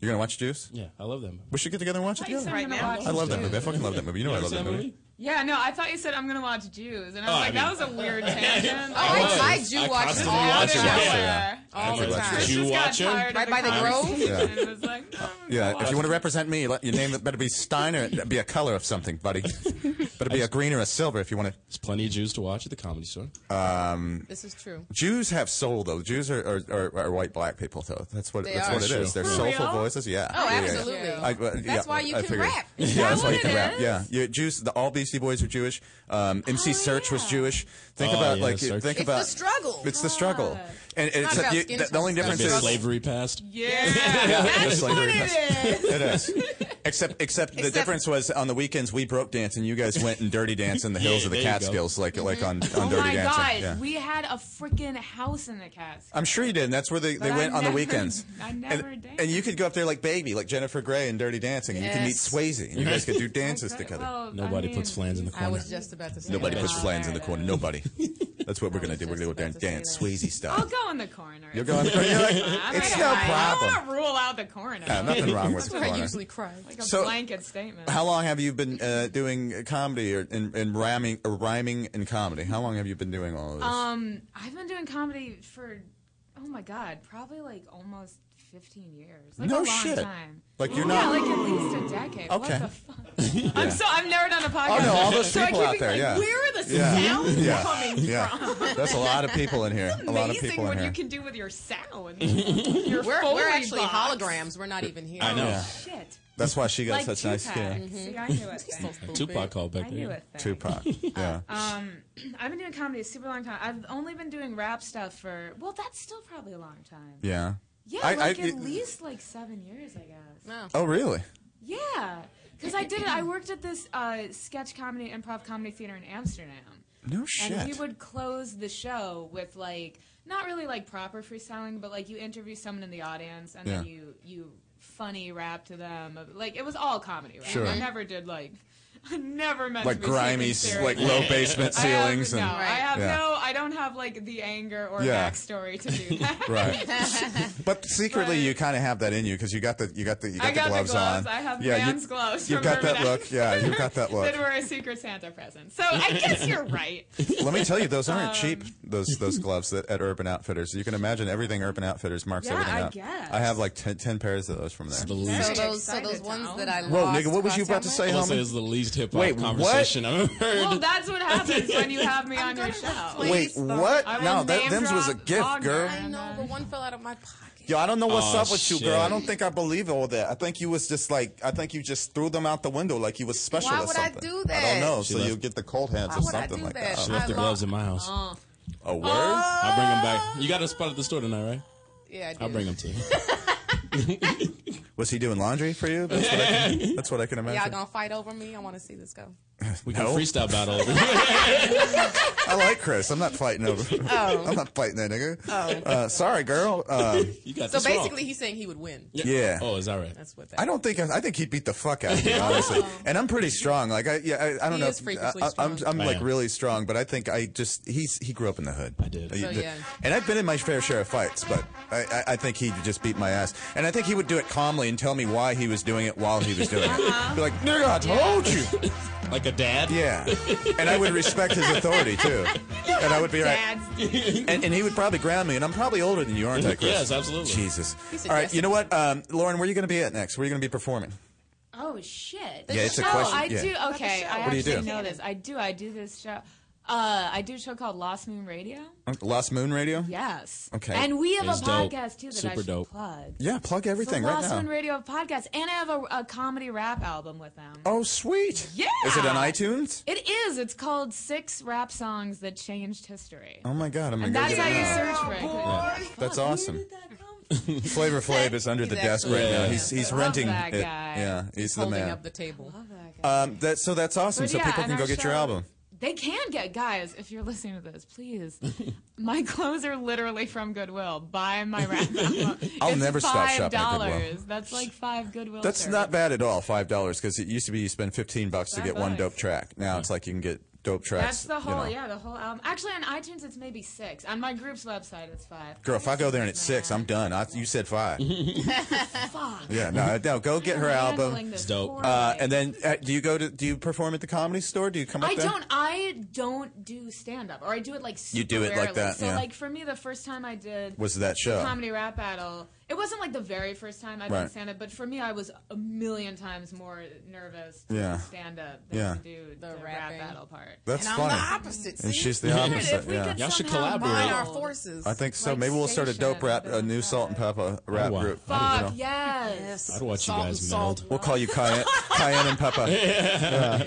Speaker 4: You're gonna watch Juice?
Speaker 10: Yeah, I love them.
Speaker 4: We should get together and watch it
Speaker 9: Nice,
Speaker 4: together.
Speaker 9: I'm gonna watch
Speaker 4: I love that
Speaker 9: Juice.
Speaker 4: movie. I fucking love that movie. You know I love that movie.
Speaker 9: Yeah, no, I thought you said I'm gonna watch Jews, and I was
Speaker 4: Oh, I
Speaker 9: like, that
Speaker 4: mean-
Speaker 9: was a weird tangent.
Speaker 6: Oh, I- I do I watch constantly all watch the it. time.
Speaker 4: Yeah.
Speaker 6: All
Speaker 4: I do
Speaker 6: the
Speaker 4: watch
Speaker 6: time.
Speaker 4: it.
Speaker 6: Chris
Speaker 9: just got tired
Speaker 6: Right
Speaker 9: of
Speaker 6: by the
Speaker 9: conversation,
Speaker 4: Grove?
Speaker 9: and it was like,
Speaker 4: Yeah, if you want to represent me, let- your name better be Stein or be a color of something, buddy. Better be a green or a silver if you want to. There's
Speaker 10: plenty of Jews to watch at the comedy store.
Speaker 4: Um,
Speaker 6: This is true.
Speaker 4: Jews have soul though. Jews are, are, are, are white black people though. That's what
Speaker 6: They
Speaker 4: that's
Speaker 6: are.
Speaker 4: what it
Speaker 6: True.
Speaker 4: is. They're
Speaker 6: For
Speaker 4: soulful
Speaker 6: real?
Speaker 4: voices. Yeah.
Speaker 6: Oh,
Speaker 4: Yeah, yeah, yeah.
Speaker 6: absolutely.
Speaker 4: uh,
Speaker 6: That's why you can
Speaker 4: figured-
Speaker 6: rap.
Speaker 4: Yeah,
Speaker 6: Is
Speaker 4: that's
Speaker 6: that
Speaker 4: why you
Speaker 6: what
Speaker 4: can
Speaker 6: it
Speaker 4: rap.
Speaker 6: is? Oh,
Speaker 4: Yeah, yeah Jews. The, all Beastie Boys are Jewish. Um, MC Search was Jewish. Think
Speaker 10: Oh,
Speaker 4: about
Speaker 10: yeah,
Speaker 4: like
Speaker 10: Search.
Speaker 4: think
Speaker 10: It's
Speaker 4: about
Speaker 10: the
Speaker 6: struggle.
Speaker 4: It's the struggle. And, and
Speaker 10: Not
Speaker 4: it's
Speaker 10: about
Speaker 4: you-
Speaker 10: skin
Speaker 4: the, the only
Speaker 10: tone.
Speaker 4: difference
Speaker 10: Been
Speaker 4: is
Speaker 10: slavery passed.
Speaker 4: Yeah,
Speaker 10: that's
Speaker 4: slavery
Speaker 10: what it
Speaker 4: passed.
Speaker 10: is.
Speaker 4: It is. Except, except the
Speaker 10: Except-
Speaker 4: difference was on the weekends we broke dance and you guys went and dirty dance in the hills
Speaker 10: Yeah,
Speaker 4: of the
Speaker 10: there you go.
Speaker 4: Catskills, like like on, on
Speaker 9: oh
Speaker 4: dirty
Speaker 9: my
Speaker 4: dancing.
Speaker 9: god,
Speaker 4: Yeah.
Speaker 9: we had a freaking house in the Catskills.
Speaker 4: I'm sure you did. And that's where they, they
Speaker 9: But I
Speaker 4: went on the
Speaker 9: never-
Speaker 4: weekends.
Speaker 9: I
Speaker 4: And-
Speaker 9: never
Speaker 4: and,
Speaker 9: danced.
Speaker 4: you could go up there like baby, like Jennifer Grey and Dirty Dancing, and you can meet
Speaker 6: Yes.
Speaker 4: Swayze, and you guys could do dances together.
Speaker 9: Oh,
Speaker 6: Well,
Speaker 10: Nobody puts flans in the
Speaker 6: I
Speaker 10: corner.
Speaker 6: was just about to say.
Speaker 4: Nobody
Speaker 6: that.
Speaker 4: puts flans in the corner. Nobody. That's what we're gonna do. We're gonna go dance, dance Swayze
Speaker 9: I'll
Speaker 4: style.
Speaker 9: go in the corner.
Speaker 4: You'll go in the corner. You're like,
Speaker 9: I'm
Speaker 4: it's
Speaker 9: not
Speaker 4: no
Speaker 9: gonna- I
Speaker 4: problem.
Speaker 9: don't want to rule out the corner.
Speaker 4: Yeah, nothing wrong with
Speaker 9: That's
Speaker 4: the
Speaker 9: where I
Speaker 4: corner.
Speaker 9: usually cry. Like a
Speaker 4: So-
Speaker 9: blanket statement.
Speaker 4: How long have you been uh, doing comedy or in, in rhyming, or rhyming and comedy? How long have you been doing all of this?
Speaker 9: Um, I've been doing comedy for oh my god, probably like almost fifteen years. Like
Speaker 4: No
Speaker 9: a long
Speaker 4: shit.
Speaker 9: time.
Speaker 4: Like, you're
Speaker 9: yeah,
Speaker 4: not-
Speaker 9: like at least a decade.
Speaker 4: Okay.
Speaker 9: What the fuck? I'm so I've never done a podcast.
Speaker 4: Oh no, all those
Speaker 9: so I
Speaker 4: people
Speaker 9: keep
Speaker 4: out
Speaker 9: being
Speaker 4: there.
Speaker 9: like,
Speaker 4: yeah.
Speaker 9: Where are the
Speaker 4: yeah.
Speaker 9: sounds
Speaker 4: yeah.
Speaker 9: coming
Speaker 4: yeah.
Speaker 9: from?
Speaker 4: That's a lot of people in here.
Speaker 9: It's
Speaker 4: A lot of
Speaker 9: amazing
Speaker 4: people in
Speaker 9: what
Speaker 4: here.
Speaker 9: you can do with your sound.
Speaker 6: We're,
Speaker 9: your
Speaker 6: we're
Speaker 9: Foley
Speaker 6: actually
Speaker 9: box.
Speaker 6: holograms. We're not even here.
Speaker 10: I know.
Speaker 4: Yeah.
Speaker 9: Shit.
Speaker 4: That's why she got
Speaker 9: Like
Speaker 4: such nice
Speaker 9: Tupac.
Speaker 4: skin. Mm-hmm.
Speaker 9: See, I knew it. then.
Speaker 10: Tupac called back
Speaker 9: I
Speaker 10: there.
Speaker 9: knew it then.
Speaker 4: Tupac. Yeah.
Speaker 9: Um, I've been doing comedy a super long time. I've only been doing rap stuff for well, that's still probably a long time.
Speaker 4: Yeah.
Speaker 9: Yeah,
Speaker 4: I-
Speaker 9: like
Speaker 4: I-
Speaker 9: at
Speaker 4: it-
Speaker 9: least like seven years, I guess.
Speaker 4: Oh really?
Speaker 9: Yeah, because I did it. I worked at this uh, sketch comedy, improv comedy theater in Amsterdam.
Speaker 4: No
Speaker 9: And we
Speaker 4: shit.
Speaker 9: would close the show with like not really like proper freestyling, but like you interview someone in the audience and then
Speaker 4: Yeah.
Speaker 9: you you funny rap to them. Like it was all comedy. Right?
Speaker 4: Sure.
Speaker 9: I never did like. I never meant
Speaker 4: Like
Speaker 9: to be taken
Speaker 4: grimy,
Speaker 9: seriously.
Speaker 4: like low basement
Speaker 9: I have-
Speaker 4: ceilings and-
Speaker 9: no, I have
Speaker 4: Yeah.
Speaker 9: no. I don't have like the anger or
Speaker 4: Yeah.
Speaker 9: backstory to do that.
Speaker 4: Right. But secretly, you kind of have that in you because you got the you got the you got,
Speaker 9: I got the
Speaker 4: gloves,
Speaker 9: gloves.
Speaker 4: on.
Speaker 9: I have
Speaker 4: you-
Speaker 9: man's gloves
Speaker 4: You
Speaker 9: from
Speaker 4: got that
Speaker 9: Urban
Speaker 4: look. Yeah, you got that look.
Speaker 9: that were a secret Santa present. So I guess you're right.
Speaker 4: Let me tell you, those aren't
Speaker 9: Um,
Speaker 4: cheap. Those those gloves that, at Urban Outfitters. You can imagine everything Urban Outfitters marks
Speaker 9: Yeah,
Speaker 4: everything
Speaker 9: I
Speaker 4: up.
Speaker 9: guess.
Speaker 4: I have like 10, 10 pairs of those from there.
Speaker 6: So those, so those ones that I
Speaker 4: Whoa,
Speaker 6: lost.
Speaker 4: nigga, what was you about to
Speaker 6: cross
Speaker 4: say,
Speaker 10: I was
Speaker 4: homie?
Speaker 10: gonna say it's the least hip
Speaker 4: Wait,
Speaker 10: hop
Speaker 4: what?
Speaker 10: conversation I've ever heard.
Speaker 9: Well, that's what happens when you have me on your show.
Speaker 4: Wait, what?
Speaker 9: I will
Speaker 4: No, that
Speaker 9: name
Speaker 4: them's was a
Speaker 9: drop
Speaker 4: gift,
Speaker 9: Wagner.
Speaker 4: girl.
Speaker 6: out. No, but one fell out of my pocket.
Speaker 4: Yo, I don't know what's
Speaker 10: Oh,
Speaker 4: up with you, girl. I
Speaker 10: shit.
Speaker 4: don't think I believe all that. I think you was just like, I think you just threw them out the window like you was special
Speaker 6: Why
Speaker 4: or
Speaker 6: would I
Speaker 4: something.
Speaker 6: do
Speaker 4: don't
Speaker 6: that?
Speaker 4: know.
Speaker 10: She
Speaker 4: so
Speaker 10: left-
Speaker 4: you'll get the cold hands
Speaker 6: Why
Speaker 4: or
Speaker 6: would I
Speaker 4: something
Speaker 6: do
Speaker 4: like
Speaker 6: that?
Speaker 4: that.
Speaker 10: She left the gloves in my house.
Speaker 6: Oh.
Speaker 4: A word?
Speaker 10: I bring them back. You got a spot at the store tonight, right?
Speaker 6: Yeah, I do.
Speaker 10: I'll bring them to you.
Speaker 4: Was he doing laundry for you? That's what I can, that's what I can imagine.
Speaker 6: Y'all gonna fight over me? I want to see this go.
Speaker 10: We can
Speaker 4: No.
Speaker 10: freestyle battle.
Speaker 4: I like Chris. I'm not fighting over.
Speaker 6: Oh.
Speaker 4: I'm not fighting that nigga.
Speaker 6: Oh.
Speaker 4: Uh, sorry, girl. Um,
Speaker 6: so basically, he's saying he would win.
Speaker 4: Yeah.
Speaker 10: Oh, is that right?
Speaker 6: That's what
Speaker 4: I don't think I, I think he'd beat the fuck out of me, honestly. and I'm pretty strong. Like I, yeah, I, I don't
Speaker 6: He
Speaker 4: know.
Speaker 6: is
Speaker 4: if-
Speaker 6: freakishly
Speaker 4: I, am
Speaker 6: strong.
Speaker 4: I'm
Speaker 6: I
Speaker 4: like
Speaker 6: am.
Speaker 4: really strong, but I think I just he's he grew up in the hood. I did.
Speaker 6: So, Oh, yeah.
Speaker 4: And I've been in my fair share of fights, but I, I, I think he'd just beat my ass. And I think he would do it calmly and tell me why he was doing it while he was doing
Speaker 6: Uh-huh.
Speaker 4: it. Be like, nigga, I told you.
Speaker 10: like a dad.
Speaker 4: Yeah. And I would respect his authority too. And I would be right. And, and he would probably ground me, and I'm probably older than you, aren't I, Chris?
Speaker 10: Yes, absolutely.
Speaker 4: Jesus.
Speaker 9: He's
Speaker 4: All right, you know what, um, Lauren? Where are you going to be at next? Where are you going to be performing?
Speaker 9: Oh shit!
Speaker 4: Yeah, it's a
Speaker 9: no,
Speaker 4: question,
Speaker 9: I
Speaker 4: yeah.
Speaker 9: do.
Speaker 4: About the
Speaker 9: Okay,
Speaker 4: show.
Speaker 9: I
Speaker 4: What do you
Speaker 9: actually
Speaker 4: do?
Speaker 9: know this. I do. I do this show. Uh, I do a show called Lost Moon Radio.
Speaker 4: Lost Moon Radio.
Speaker 9: Yes.
Speaker 4: Okay.
Speaker 9: And we have
Speaker 4: It's
Speaker 9: a
Speaker 4: dope.
Speaker 9: podcast too that I
Speaker 4: Super
Speaker 9: should
Speaker 4: dope.
Speaker 9: plug.
Speaker 4: Yeah, plug everything
Speaker 9: the
Speaker 4: right
Speaker 9: Lost
Speaker 4: now.
Speaker 9: Moon Radio podcast, and I have a, a comedy rap album with them.
Speaker 4: Oh, sweet.
Speaker 9: Yeah.
Speaker 4: Is it on
Speaker 9: Ah.
Speaker 4: iTunes?
Speaker 9: It is. It's called Six Rap Songs That Changed History.
Speaker 4: Oh my God, I'm gonna
Speaker 9: and
Speaker 4: go
Speaker 9: that's
Speaker 4: get
Speaker 9: how
Speaker 4: it
Speaker 9: you
Speaker 4: now.
Speaker 9: search for it.
Speaker 4: Yeah. That's awesome. Flavor Flav is under the desk right
Speaker 10: actually-
Speaker 4: now.
Speaker 10: Yeah.
Speaker 4: He's he's
Speaker 10: Love
Speaker 4: renting
Speaker 10: that
Speaker 4: it.
Speaker 10: guy.
Speaker 4: Yeah, he's the
Speaker 6: Holding
Speaker 4: man.
Speaker 6: up the table.
Speaker 4: Um, that so that's awesome.
Speaker 9: But
Speaker 4: So
Speaker 9: yeah,
Speaker 4: people
Speaker 9: and
Speaker 4: can go
Speaker 9: our
Speaker 4: get your
Speaker 9: show-
Speaker 4: album.
Speaker 9: They can get guys. If you're listening to this, please. my clothes are literally from Goodwill. Buy my rap album.
Speaker 4: I'll
Speaker 9: It's
Speaker 4: never stop shopping at Goodwill.
Speaker 9: $5. That's like five Goodwill.
Speaker 4: That's
Speaker 9: shirts.
Speaker 4: not bad at all. Five dollars because it used to be you spend fifteen bucks to
Speaker 9: Five
Speaker 4: get one
Speaker 9: bucks.
Speaker 4: dope track. Now it's like you can get dope tracks.
Speaker 9: That's the
Speaker 4: you
Speaker 9: whole,
Speaker 4: know.
Speaker 9: yeah, the whole album. Actually, on iTunes, it's maybe six. On my group's website, it's five.
Speaker 4: Girl, if I go there and it's six, I'm done. I, you said five.
Speaker 9: Fuck.
Speaker 4: yeah, no, no. Go get her album.
Speaker 9: handling this It's dope. poorly.
Speaker 4: Uh, and then, uh, do you go to? Do you perform at the comedy store? Do you come up
Speaker 9: I
Speaker 4: there?
Speaker 9: don't. I don't do stand up, or I do it like super
Speaker 4: You do it like
Speaker 9: rarely.
Speaker 4: that,
Speaker 9: So
Speaker 4: yeah.
Speaker 9: like for me, the first time I did
Speaker 4: Was that
Speaker 9: the
Speaker 4: show?
Speaker 9: comedy rap battle. It wasn't like the very first time I did
Speaker 4: Right.
Speaker 9: stand up, but for me, I was a million times more nervous to
Speaker 4: Yeah.
Speaker 9: stand up than
Speaker 4: Yeah.
Speaker 9: to do the, rap battle part.
Speaker 4: That's
Speaker 6: and
Speaker 4: funny.
Speaker 6: I'm the opposite.
Speaker 4: And
Speaker 6: see?
Speaker 4: she's the opposite.
Speaker 6: If we
Speaker 4: yeah.
Speaker 6: could somehow Combine our forces.
Speaker 4: I think so. Maybe we'll start a dope rap, a new Salt and Pepper
Speaker 9: Oh,
Speaker 4: rap
Speaker 10: wa-
Speaker 4: group. you know.
Speaker 9: Fuck yes.
Speaker 10: I'd watch you
Speaker 9: Salt
Speaker 10: guys
Speaker 9: and
Speaker 10: meld.
Speaker 4: We'll call you Cayenne, Cayenne and Pepper. Yeah.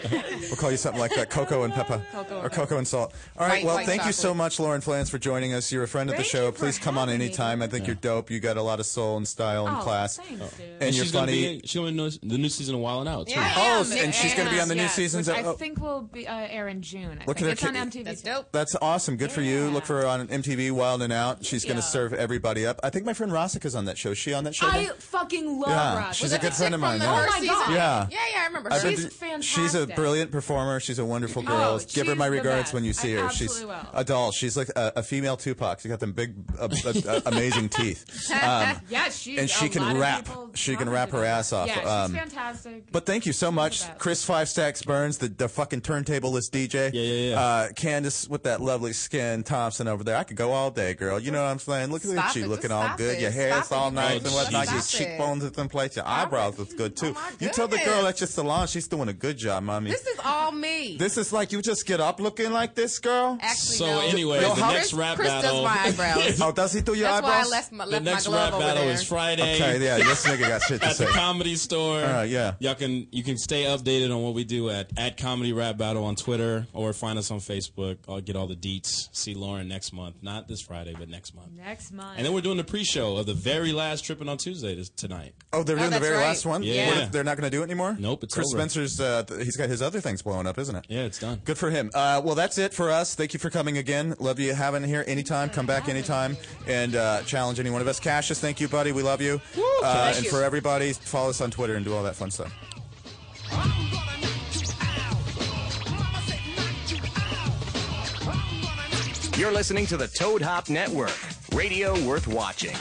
Speaker 4: We'll call you something like that, Coco and Pepper,
Speaker 9: Coco
Speaker 4: or
Speaker 9: and
Speaker 4: Coco and Salt. All right.
Speaker 9: White,
Speaker 4: well,
Speaker 9: white
Speaker 4: thank you so
Speaker 9: chocolate.
Speaker 4: much, Lauren Flans, for joining us. You're a friend of the
Speaker 9: Thank
Speaker 4: show.
Speaker 9: you for
Speaker 4: Please come on
Speaker 9: having me.
Speaker 4: anytime. I think you're dope. You got a lot of soul and style and
Speaker 9: Oh,
Speaker 4: class,
Speaker 9: thanks, dude.
Speaker 4: and, you're
Speaker 10: she's
Speaker 4: funny.
Speaker 10: Gonna be, she's going to the new season of Wild and Out. Too.
Speaker 9: Yeah, I
Speaker 4: Oh,
Speaker 9: am.
Speaker 4: and she's going to be on the new
Speaker 9: Yes,
Speaker 4: seasons.
Speaker 9: Which
Speaker 4: of-
Speaker 9: I
Speaker 4: oh,
Speaker 9: think will be uh, air in June. I
Speaker 4: Look at
Speaker 9: think. It's
Speaker 4: her
Speaker 9: on
Speaker 4: ki-
Speaker 9: MTV. That's dope.
Speaker 4: that's awesome. Good for you. Look for her on MTV Wild and Out. She's going to serve everybody up. I think my friend Rossica's on that show. Is she on that show?
Speaker 9: I fucking love
Speaker 4: Yeah,
Speaker 9: Ross.
Speaker 4: she's a good friend of mine,
Speaker 9: Oh
Speaker 4: yeah.
Speaker 9: my
Speaker 4: Season.
Speaker 9: god.
Speaker 4: Yeah.
Speaker 9: Yeah, yeah, I remember.
Speaker 4: I've
Speaker 9: Her.
Speaker 4: been
Speaker 9: She's
Speaker 4: to-
Speaker 9: fantastic.
Speaker 4: She's a brilliant performer. She's a wonderful
Speaker 9: Oh,
Speaker 4: girl. Give her
Speaker 9: she's
Speaker 4: my
Speaker 9: the
Speaker 4: regards
Speaker 9: best.
Speaker 4: when you see
Speaker 9: I
Speaker 4: her.
Speaker 9: absolutely
Speaker 4: She's
Speaker 9: will.
Speaker 4: a doll. She's like a, a female Tupac. She's got them big, uh, uh, amazing teeth. Um,
Speaker 9: yeah, she's
Speaker 4: and she
Speaker 9: a lot
Speaker 4: can
Speaker 9: of
Speaker 4: rap.
Speaker 9: people
Speaker 4: She can
Speaker 9: talk
Speaker 4: rap her
Speaker 9: about
Speaker 4: ass off.
Speaker 9: Yeah, she's
Speaker 4: Um,
Speaker 9: fantastic.
Speaker 4: but thank you so much, Chris Five Stacks Burns, the, the fucking turntableless DJ. Yeah, yeah, yeah. Uh, Candace with that lovely skin, Thompson over there. I could go all day, girl. You know what I'm saying? Look
Speaker 2: Stop
Speaker 4: at you
Speaker 2: it.
Speaker 4: looking
Speaker 2: Just
Speaker 4: all
Speaker 2: stop
Speaker 4: good.
Speaker 2: it.
Speaker 4: Your hair's
Speaker 2: Stop it.
Speaker 4: all
Speaker 2: You
Speaker 4: nice
Speaker 2: gotta
Speaker 4: and whatnot. Your
Speaker 2: stop it.
Speaker 4: cheekboones is in place. Your eyebrows is good too. you told the girl at your salon she's doing a good job, mommy.
Speaker 6: This is all me.
Speaker 4: This is like you just get up looking like this, girl.
Speaker 6: Actually, So no. anyways,
Speaker 4: Yo,
Speaker 6: the
Speaker 4: how-
Speaker 6: next Chris- rap Chris does battle- my eyebrows.
Speaker 4: oh, does he do your
Speaker 6: That's why I
Speaker 4: eyebrows?
Speaker 6: left my- The
Speaker 10: The
Speaker 6: left
Speaker 10: next
Speaker 6: glove
Speaker 10: rap
Speaker 6: over
Speaker 10: battle
Speaker 6: there.
Speaker 10: is Friday.
Speaker 4: Okay, yeah, this nigga got shit to
Speaker 10: at
Speaker 4: say.
Speaker 10: the comedy store.
Speaker 4: All right, yeah.
Speaker 10: Y'all can you can stay updated on what we do at at comedy rap battle on Twitter or find us on Facebook. I'll get all the deets. See Lauren next month, not this Friday, but next month.
Speaker 9: Next month.
Speaker 10: And then we're doing the pre-show of the very last tripping on Tuesday this, tonight.
Speaker 4: Oh, they're
Speaker 10: Oh,
Speaker 4: doing the
Speaker 10: that's
Speaker 4: very
Speaker 10: right.
Speaker 4: last one.
Speaker 10: Yeah.
Speaker 4: What if they're not going to do it anymore. Nope,
Speaker 10: it's
Speaker 4: Chris
Speaker 10: over.
Speaker 4: Spencer's. Uh, th- he's got his other things blowing up, isn't it?
Speaker 10: Yeah, it's done.
Speaker 4: Good for him. Uh, well, that's it for us. Thank you for coming again. Love you having here anytime. Come back anytime and uh, challenge any one of us. Cassius, thank you, buddy. We love you.
Speaker 2: Woo,
Speaker 4: uh,
Speaker 2: thank
Speaker 4: and
Speaker 2: you.
Speaker 4: for everybody, follow us on Twitter and do all that fun stuff.
Speaker 1: You're listening to the Toad Hop Network, radio worth watching.